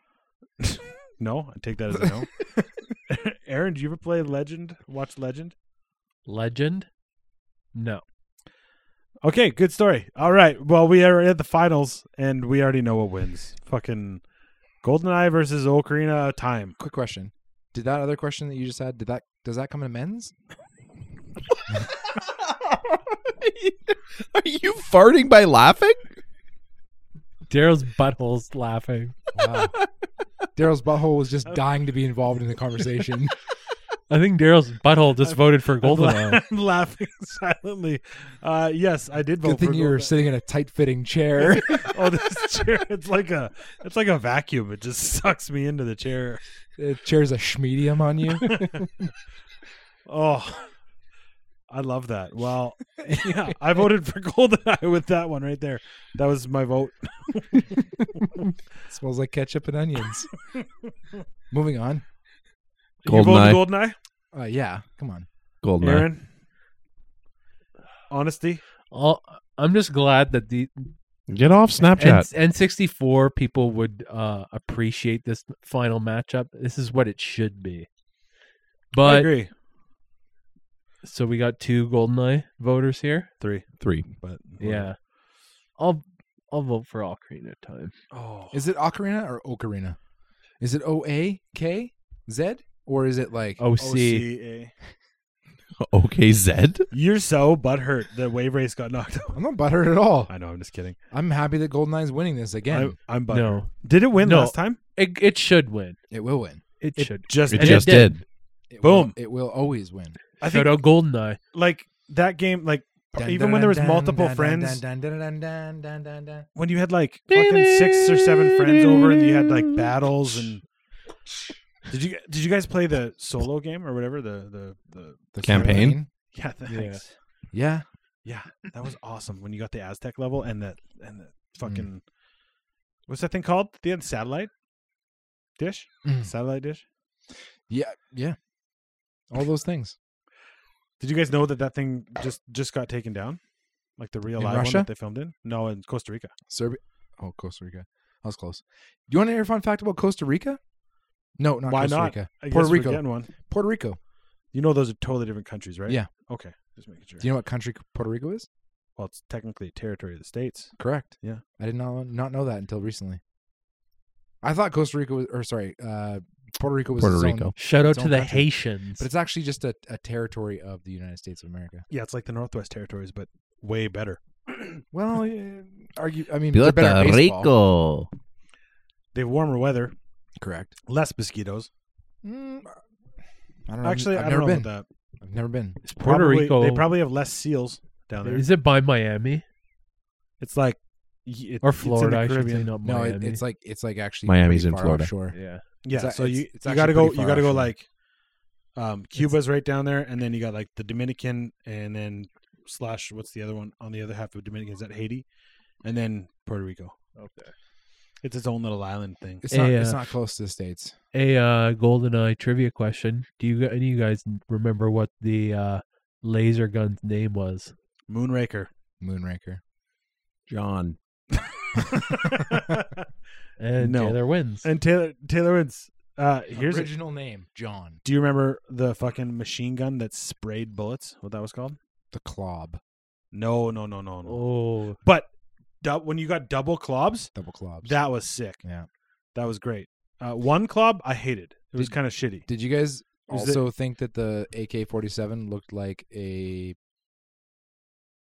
Speaker 2: No, I take that as a [laughs] no. Aaron, do you ever play Legend? Watch Legend?
Speaker 4: Legend? No.
Speaker 2: Okay, good story. All right. Well, we are at the finals, and we already know what wins. Fucking GoldenEye versus Ocarina of Time.
Speaker 1: Quick question: Did that other question that you just had? Did that does that come in amends?
Speaker 3: Are you farting by laughing?
Speaker 4: Daryl's butthole's laughing.
Speaker 2: [laughs]
Speaker 1: Wow. Daryl's butthole was just dying to be involved in the
Speaker 2: [laughs]
Speaker 1: conversation.
Speaker 4: I think Daryl's butthole
Speaker 3: [laughs]
Speaker 4: just voted for
Speaker 2: I'm, la-
Speaker 4: Goldeneye.
Speaker 2: [laughs] I'm laughing silently. Uh, yes, I did vote
Speaker 1: Good thing
Speaker 2: for
Speaker 1: you were
Speaker 2: GoldenEye.
Speaker 1: sitting in a tight-fitting
Speaker 2: [laughs]
Speaker 1: chair.
Speaker 2: oh, this [laughs] chair. It's like a it's like a vacuum. It just [laughs] sucks me into the chair.
Speaker 1: the chair's a schmedium on
Speaker 2: [laughs]
Speaker 1: you.
Speaker 2: Oh, I love that. Well, [laughs] yeah, I voted for Goldeneye with that one right there. That was my vote.
Speaker 1: smells like ketchup and
Speaker 2: [laughs]
Speaker 1: onions. Moving on.
Speaker 2: You
Speaker 3: Goldeneye.
Speaker 2: voted Goldeneye,
Speaker 1: Uh, yeah, come on.
Speaker 3: Goldeneye.
Speaker 2: Aaron. Honesty.
Speaker 4: All, I'm just glad that the
Speaker 3: Get off
Speaker 4: N-
Speaker 3: Snapchat.
Speaker 4: N64 people would uh, appreciate this final matchup. This is what it should be.
Speaker 2: I
Speaker 4: But
Speaker 2: agree.
Speaker 4: so we got two Goldeneye voters here.
Speaker 2: Three,
Speaker 3: Three. [laughs]
Speaker 2: but
Speaker 4: Yeah, I'll I'll vote for Ocarina of Time.
Speaker 2: Oh,
Speaker 1: Is it ocarina or ocarina? Is it O A K Z or is it
Speaker 2: Oh.
Speaker 1: like
Speaker 4: OC.
Speaker 2: OCA.
Speaker 3: Okay, Zed.
Speaker 2: You're so butthurt. The wave race got knocked [laughs] out.
Speaker 1: I'm not buttered at all.
Speaker 2: I know. I'm just kidding.
Speaker 1: I'm happy that Goldeneye's winning this again.
Speaker 2: I'm, I'm butthurt.
Speaker 4: No,
Speaker 2: Did it win
Speaker 4: No.
Speaker 2: last time?
Speaker 4: it it should win.
Speaker 1: it will win.
Speaker 4: It,
Speaker 2: It
Speaker 4: should.
Speaker 2: just.
Speaker 3: It
Speaker 4: And it
Speaker 3: just
Speaker 4: did.
Speaker 3: did.
Speaker 1: It will-
Speaker 2: Boom.
Speaker 1: it will always win.
Speaker 2: I
Speaker 4: Shout
Speaker 2: think
Speaker 4: out Goldeneye.
Speaker 2: like that game. Like even when there was multiple friends, when you had like fucking six or seven friends over, and you had like battles and. Did you did you guys play the solo game or whatever the the the [laughs]
Speaker 1: The
Speaker 3: Campaign?
Speaker 2: yeah thanks
Speaker 1: Yeah.
Speaker 2: yeah,
Speaker 1: [laughs]
Speaker 2: that was awesome when you got the Aztec level and that and the
Speaker 1: Mm.
Speaker 2: fucking what's that thing called at the end satellite dish
Speaker 1: Mm.
Speaker 2: satellite dish
Speaker 1: Yeah. Yeah. All those things.
Speaker 2: Did you guys know that that thing just just got taken down? Like the real
Speaker 1: In
Speaker 2: live
Speaker 1: Russia?
Speaker 2: one that they filmed in? No, in Costa Rica.
Speaker 1: Serbia. Oh, Costa Rica. I was close. Do you want to hear a fun fact about Costa Rica? No, not
Speaker 2: Why
Speaker 1: Costa
Speaker 2: not?
Speaker 1: Rica.
Speaker 2: I
Speaker 1: Puerto
Speaker 2: guess we're
Speaker 1: Rico.
Speaker 2: getting one.
Speaker 1: Puerto Rico.
Speaker 2: You know those are totally different countries, right?
Speaker 1: Yeah.
Speaker 2: Okay. Just making sure.
Speaker 1: Do you know what country Puerto Rico is?
Speaker 2: well, it's technically a territory of the states.
Speaker 1: Correct.
Speaker 2: Yeah.
Speaker 1: I did not not know that until recently. I thought Costa Rica was, or sorry, uh, Puerto Rico was
Speaker 3: Puerto
Speaker 1: its own-
Speaker 3: Rico.
Speaker 4: Shout out
Speaker 1: Its
Speaker 4: to
Speaker 1: own
Speaker 4: the
Speaker 1: country.
Speaker 4: Haitians.
Speaker 1: but it's actually just a, a territory of the United States of America.
Speaker 2: Yeah, it's like the Northwest Territories, but way better.
Speaker 1: [laughs] Well, yeah, argue. I mean, they're better at baseball.
Speaker 3: Rico.
Speaker 2: They have warmer weather,
Speaker 1: Correct.
Speaker 2: less mosquitoes.
Speaker 1: Mm, I don't know.
Speaker 2: Actually,
Speaker 1: Um, I've
Speaker 2: I do
Speaker 1: never
Speaker 2: not know
Speaker 1: been.
Speaker 2: about
Speaker 1: I've never been.
Speaker 4: It's
Speaker 2: that.
Speaker 4: Puerto
Speaker 2: Probably-
Speaker 4: Rico.
Speaker 2: They probably have less seals down there.
Speaker 4: is it by Miami
Speaker 2: It's like y- it-
Speaker 4: or
Speaker 2: it's in the
Speaker 4: Florida? I should say
Speaker 2: Caribbean.
Speaker 4: not
Speaker 1: No,
Speaker 4: Miami.
Speaker 1: it, it's like it's like actually
Speaker 3: Miami's
Speaker 1: pretty
Speaker 3: in
Speaker 1: far
Speaker 3: Florida.
Speaker 1: Offshore.
Speaker 4: yeah.
Speaker 2: Yeah,
Speaker 1: It's a-
Speaker 2: so
Speaker 1: it's-
Speaker 2: you
Speaker 1: it's
Speaker 2: you
Speaker 1: actually
Speaker 2: got to go
Speaker 1: pretty
Speaker 2: you
Speaker 1: far
Speaker 2: got to go
Speaker 1: offshore.
Speaker 2: like um Cuba's right down there and then you got like the Dominican and then slash what's the other one on the other half of Dominican is that Haiti and then Puerto Rico.
Speaker 4: Okay.
Speaker 2: It's its own little island thing.
Speaker 1: It's not.
Speaker 4: Yeah.
Speaker 1: It's not close to the states.
Speaker 4: A uh, GoldenEye trivia question. Do you any of you guys remember what the uh, laser gun's name was?
Speaker 2: Moonraker.
Speaker 1: Moonraker. [laughs]
Speaker 3: John.
Speaker 4: And
Speaker 2: No.
Speaker 4: Taylor wins.
Speaker 2: and Taylor Taylor wins. Uh here's a,
Speaker 1: original name John
Speaker 2: Do you remember the fucking machine gun that sprayed bullets? What that was called?
Speaker 1: the Clob.
Speaker 2: No, no, no, no, no.
Speaker 4: oh,
Speaker 2: But du- when you got double clobs,
Speaker 1: Double Clobs.
Speaker 2: that was sick.
Speaker 1: Yeah.
Speaker 2: That was great. Uh, one club I hated. It was
Speaker 1: Did-
Speaker 2: kind of shitty.
Speaker 1: Did you guys
Speaker 2: Is
Speaker 1: also think that the AK forty seven looked like a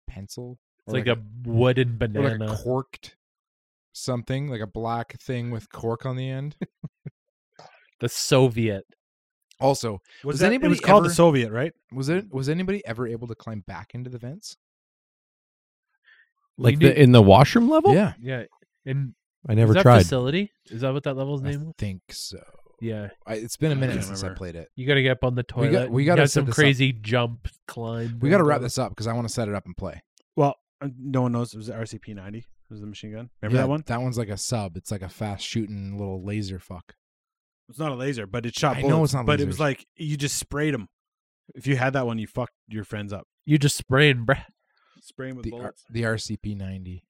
Speaker 1: pencil?
Speaker 4: it's like a wooden
Speaker 1: or like a
Speaker 4: banana.
Speaker 1: corked something, like a black thing with cork on the end.
Speaker 4: the Soviet.
Speaker 1: Also,
Speaker 2: Was
Speaker 1: Does
Speaker 2: that,
Speaker 1: anybody
Speaker 2: it was called
Speaker 1: ever-
Speaker 2: the Soviet, right?
Speaker 1: was it was anybody ever able to climb back into the vents?
Speaker 3: Like
Speaker 4: You
Speaker 3: the, in the washroom level?
Speaker 1: yeah.
Speaker 4: Yeah. And
Speaker 3: I
Speaker 4: is
Speaker 3: never
Speaker 4: that
Speaker 3: tried.
Speaker 4: facility? Is that what that level's name was?
Speaker 1: think so.
Speaker 4: Yeah,
Speaker 1: I, it's been a
Speaker 2: I
Speaker 1: minute
Speaker 2: can't
Speaker 1: since I
Speaker 2: remember.
Speaker 1: played it.
Speaker 4: you got to get up on the
Speaker 1: We
Speaker 4: toilet.
Speaker 1: got- we gotta
Speaker 4: You got
Speaker 1: set
Speaker 4: some
Speaker 1: this up.
Speaker 4: crazy jump climb.
Speaker 1: We got to
Speaker 4: going
Speaker 1: wrap
Speaker 4: on.
Speaker 1: this up because I want to set it up and play.
Speaker 2: Well, uh, no one knows it was the RCP ninety. It was the machine gun. Remember
Speaker 1: Yeah,
Speaker 2: that one?
Speaker 1: That one's like a sub. It's like a fast shooting little laser fuck.
Speaker 2: It's not a laser, but it shot.
Speaker 1: I know
Speaker 2: Bullets,
Speaker 1: it's not
Speaker 2: but it was
Speaker 1: lasers.
Speaker 2: like you just sprayed them. If you had that one, you fucked your friends up.
Speaker 4: You just spraying, bruh.
Speaker 2: Spraying with
Speaker 1: The, R-
Speaker 2: bullets.
Speaker 1: the RCP 90.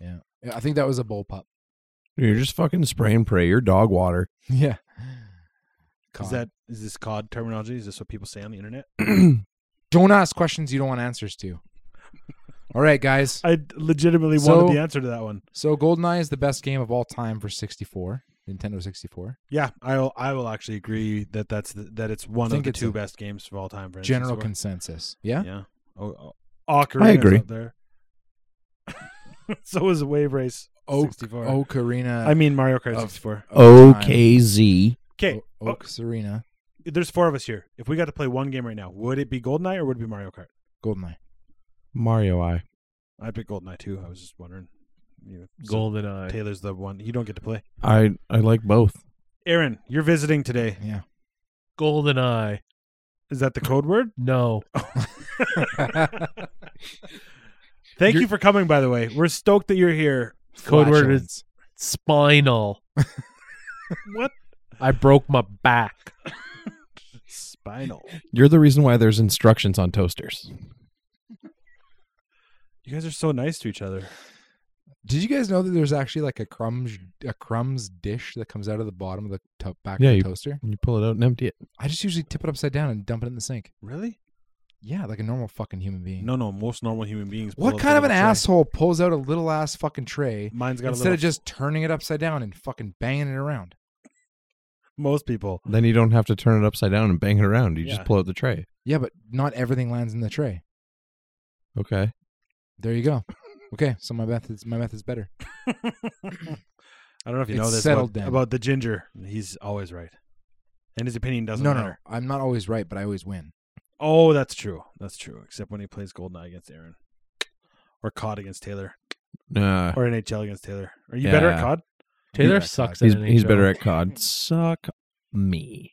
Speaker 1: Yeah. Yeah, I think that was a bull pup. [laughs]
Speaker 3: You're just fucking spray and pray your dog water.
Speaker 1: Yeah.
Speaker 2: Is
Speaker 1: God.
Speaker 2: that is this COD terminology? Is this what people say on the internet?
Speaker 1: don't ask questions you don't want answers
Speaker 2: [laughs]
Speaker 1: to. All right, guys.
Speaker 2: I legitimately
Speaker 1: So-
Speaker 2: wanted the answer to that one.
Speaker 1: So GoldenEye is the best game of all time for 64, Nintendo 64.
Speaker 2: Yeah, I will. I will actually agree that that's the, that it's one of
Speaker 1: think
Speaker 2: the
Speaker 1: it's
Speaker 2: two
Speaker 1: a
Speaker 2: best games of all time. For instance,
Speaker 1: General
Speaker 2: where-
Speaker 1: consensus. Yeah?
Speaker 2: yeah. Oh, oh, Ocarina's
Speaker 3: I agree.
Speaker 2: Up there. [laughs] so is Wave Race.
Speaker 1: Oh,
Speaker 2: 64.
Speaker 1: Ocarina.
Speaker 2: I mean Mario Kart
Speaker 1: of-
Speaker 2: 64.
Speaker 1: of time.
Speaker 3: Z.
Speaker 2: Okay,
Speaker 1: O- Oak Serena.
Speaker 2: there's four of us here. If we got to play one game right now, would it be GoldenEye or would it be Mario Kart?
Speaker 1: GoldenEye.
Speaker 3: Mario I.
Speaker 2: I picked GoldenEye too. I was just wondering. You know, so
Speaker 4: Golden eye.
Speaker 2: Taylor's the one you don't get to play.
Speaker 3: I I like both.
Speaker 2: Aaron, you're visiting today.
Speaker 1: Yeah.
Speaker 2: [laughs]
Speaker 1: [laughs]
Speaker 4: Golden eye.
Speaker 2: Is that the code [laughs] word?
Speaker 4: No.
Speaker 2: Thank
Speaker 1: You're-
Speaker 2: you for coming, by the way. We're stoked that you're here.
Speaker 4: Code word is-
Speaker 1: Flatulence.
Speaker 4: Spinal.
Speaker 2: [laughs] What?
Speaker 4: I broke my back.
Speaker 2: Spinal.
Speaker 3: You're the reason why there's instructions on toasters.
Speaker 2: You guys are so nice to each other.
Speaker 1: Did you guys know that there's actually like a crumbs a crumbs dish that comes out of the bottom of the to- back
Speaker 3: Yeah,
Speaker 1: of the
Speaker 3: you-
Speaker 1: toaster?
Speaker 3: You pull it out and empty it.
Speaker 1: I just usually tip it upside down and dump it in the sink.
Speaker 2: Really?
Speaker 1: Yeah, like a normal fucking human being.
Speaker 2: No, no. Most normal human beings. pull
Speaker 1: what
Speaker 2: up
Speaker 1: kind of
Speaker 2: the
Speaker 1: an
Speaker 2: tray.
Speaker 1: asshole pulls out a little ass fucking tray
Speaker 2: Mine's got
Speaker 1: instead
Speaker 2: a little.
Speaker 1: of just turning it upside down and fucking banging it around?
Speaker 2: most people.
Speaker 3: Then you don't have to turn it upside down and bang it around. You
Speaker 2: Yeah.
Speaker 3: just pull out the tray.
Speaker 1: Yeah, but not everything lands in the tray.
Speaker 3: Okay.
Speaker 1: There you
Speaker 2: [laughs]
Speaker 1: go. Okay, so my method's my method's better.
Speaker 2: I don't know if you
Speaker 1: It's
Speaker 2: know this
Speaker 1: settled
Speaker 2: about,
Speaker 1: then.
Speaker 2: about the ginger. He's always right, and his opinion doesn't
Speaker 1: no, no,
Speaker 2: matter.
Speaker 1: no. I'm not always right, but I always win.
Speaker 2: Oh, that's true. That's true. Except when he plays Goldeneye against Aaron, or COD against Taylor,
Speaker 3: Nah.
Speaker 2: or NHL against Taylor. Are you better at
Speaker 3: Yeah.
Speaker 2: COD?
Speaker 4: Taylor
Speaker 1: Yeah,
Speaker 4: sucks at
Speaker 3: He's,
Speaker 4: NHL.
Speaker 3: he's better at COD. Suck me.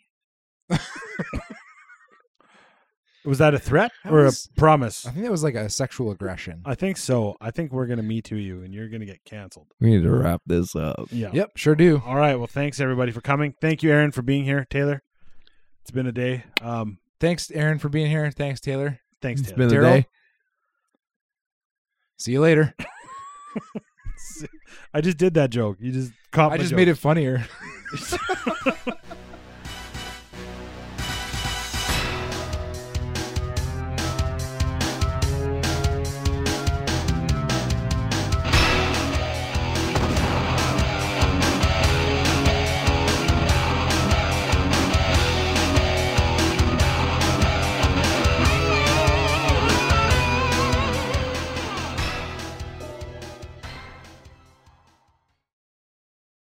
Speaker 2: Was that a threat
Speaker 1: That
Speaker 2: or
Speaker 1: was-
Speaker 2: a promise?
Speaker 1: I think that was like a sexual aggression.
Speaker 2: [laughs] I think so. I think we're gonna me too you, and you're gonna get canceled.
Speaker 3: We need to wrap this up.
Speaker 2: Yeah.
Speaker 1: Yep, sure do.
Speaker 2: All right. Well, thanks everybody for coming. Thank you, Aaron, for being here. Taylor, it's been a day. Um,
Speaker 1: Thanks, Aaron, for being here. Thanks, Taylor.
Speaker 2: thanks,
Speaker 3: It's
Speaker 2: Taylor.
Speaker 3: been a
Speaker 1: Daryl?
Speaker 3: day.
Speaker 1: See you later.
Speaker 2: I just did that joke. You just caught.
Speaker 1: I
Speaker 2: my
Speaker 1: just
Speaker 2: joke.
Speaker 1: made it funnier.